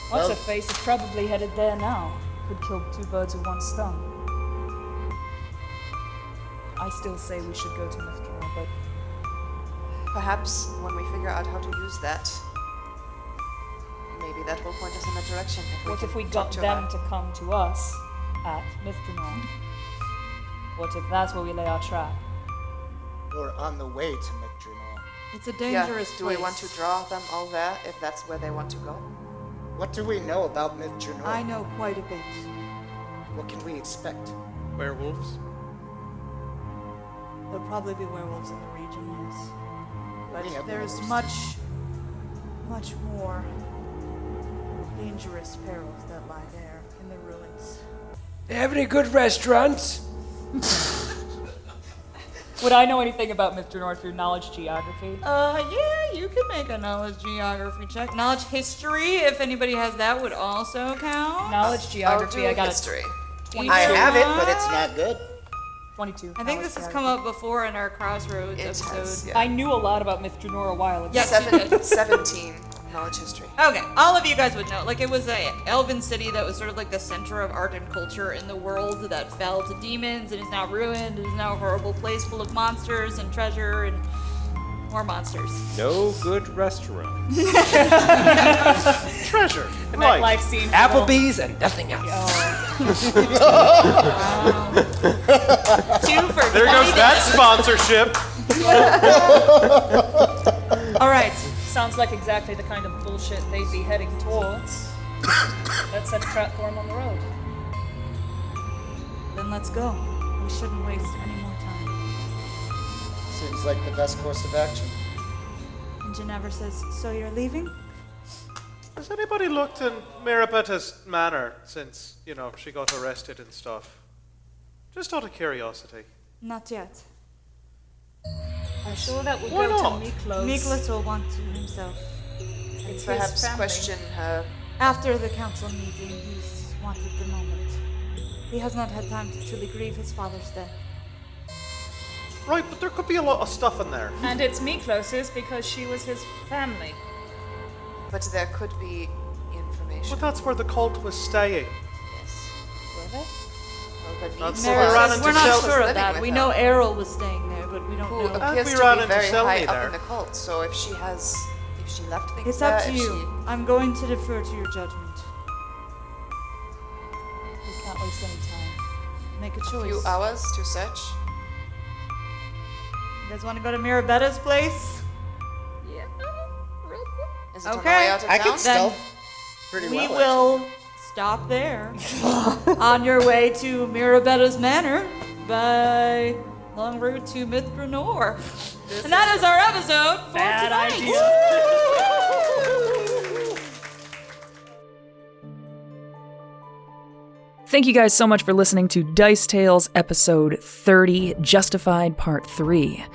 Speaker 9: What's
Speaker 2: Well-
Speaker 9: her face is probably headed there now. Could kill two birds with one stone. I still say we should go to Mithranor, but
Speaker 6: Perhaps when we figure out how to use that, maybe that will point us in a direction. If we
Speaker 9: What
Speaker 6: can
Speaker 9: if we got
Speaker 6: talk to
Speaker 9: them
Speaker 6: her.
Speaker 9: to come to us at Mithranor? What if that's where we lay our trap?
Speaker 2: Or on the way to Mithranor.
Speaker 3: It's a
Speaker 6: Yeah,
Speaker 3: dangerous
Speaker 6: Do we want to draw them all there if that's where they want to go?
Speaker 2: What do we know about Mithranor?
Speaker 3: I know quite a bit.
Speaker 2: What can we expect?
Speaker 5: Werewolves.
Speaker 3: There'll probably be werewolves in the region, yes. But
Speaker 2: We have
Speaker 3: there's
Speaker 2: werewolves.
Speaker 3: much, much more dangerous perils that lie there in the ruins.
Speaker 11: They have any good restaurants?
Speaker 9: Would I know anything about Mithranor through knowledge geography?
Speaker 3: Uh, yeah, you can make a knowledge geography check. Knowledge history, if anybody has that, would also count.
Speaker 9: Knowledge geography, I got a
Speaker 2: I
Speaker 9: 22.
Speaker 2: have it, but it's not good.
Speaker 9: 22.
Speaker 3: I think
Speaker 9: knowledge
Speaker 3: this has
Speaker 9: geography.
Speaker 3: come up before in our Crossroads episode.
Speaker 9: I knew a lot about Mithranor a while ago.
Speaker 3: Yes, you
Speaker 6: Seven, 17 knowledge history.
Speaker 3: Okay, all of you guys would know. Like, it was a elven city that was sort of like the center of art and culture in the world that fell to demons and is now ruined and is now a horrible place full of monsters and treasure and more monsters.
Speaker 14: No good restaurant.
Speaker 5: Treasure.
Speaker 9: And that life scene. from
Speaker 14: Applebee's and nothing else.
Speaker 3: Two for
Speaker 5: There goes that sponsorship.
Speaker 3: All right.
Speaker 9: Sounds like exactly the kind of bullshit they'd be heading towards. Let's set a trap for 'em on the road.
Speaker 3: Then let's go. We shouldn't waste any more time.
Speaker 2: Seems like the best course of action.
Speaker 3: And Genevieve says, So you're leaving?
Speaker 5: Has anybody looked in Mirabetta's manor since, you know, she got arrested and stuff? Just out of curiosity.
Speaker 3: Not yet.
Speaker 9: I'm sure that will
Speaker 3: Why
Speaker 9: go
Speaker 3: not?
Speaker 9: to Miklos.
Speaker 3: Nicholas will want to himself.
Speaker 6: It's
Speaker 3: His
Speaker 6: perhaps
Speaker 3: family.
Speaker 6: question her.
Speaker 3: After the council meeting, he's wanted the moment. He has not had time to truly grieve his father's death.
Speaker 5: Right, but there could be a lot of stuff in there.
Speaker 9: And it's Miklos' because she was his family.
Speaker 6: But there could be information.
Speaker 5: But that's where the cult was staying.
Speaker 9: Were they?
Speaker 5: That's
Speaker 12: Mara
Speaker 5: where we ran
Speaker 12: says
Speaker 5: into
Speaker 12: we're not
Speaker 5: Sel-
Speaker 12: sure of that. We know Errol was staying there, but we don't
Speaker 6: Who Uh,
Speaker 12: know.
Speaker 6: appears
Speaker 5: we
Speaker 6: to
Speaker 5: ran
Speaker 6: be
Speaker 5: into
Speaker 6: very
Speaker 5: Selmy
Speaker 6: high up
Speaker 5: there.
Speaker 6: in the cult. So if she has, if she left things
Speaker 12: It's
Speaker 6: there,
Speaker 12: up to
Speaker 6: if
Speaker 12: you. I'm going to defer to your judgment.
Speaker 9: We can't waste any time.
Speaker 12: Make a
Speaker 6: she, a
Speaker 12: choice.
Speaker 6: few hours to search.
Speaker 12: You guys want to go to Mirabetta's place?
Speaker 9: Yeah.
Speaker 6: Is it on the way
Speaker 12: Okay.
Speaker 6: out of I can town?
Speaker 12: Then
Speaker 6: stealth pretty
Speaker 12: we
Speaker 6: well,
Speaker 12: will stop there on your way to Mirabetta's Manor by long route to Mithranor. And that is our episode for
Speaker 15: Bad
Speaker 12: tonight.
Speaker 1: Thank you guys so much for listening to Dice Tales episode 30, Justified Part 3.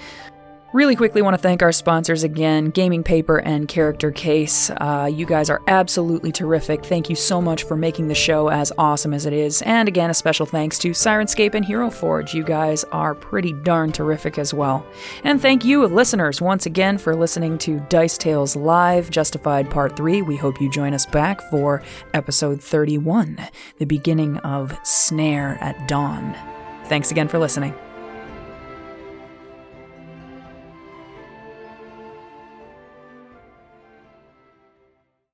Speaker 1: Really quickly, want to thank our sponsors again Gaming Paper and Character Case. Uh, you guys are absolutely terrific. Thank you so much for making the show as awesome as it is. And again, a special thanks to Sirenscape and Hero Forge. You guys are pretty darn terrific as well. And thank you, listeners, once again for listening to Dice Tales Live Justified Part 3. We hope you join us back for episode 31, the beginning of Snare at Dawn. Thanks again for listening.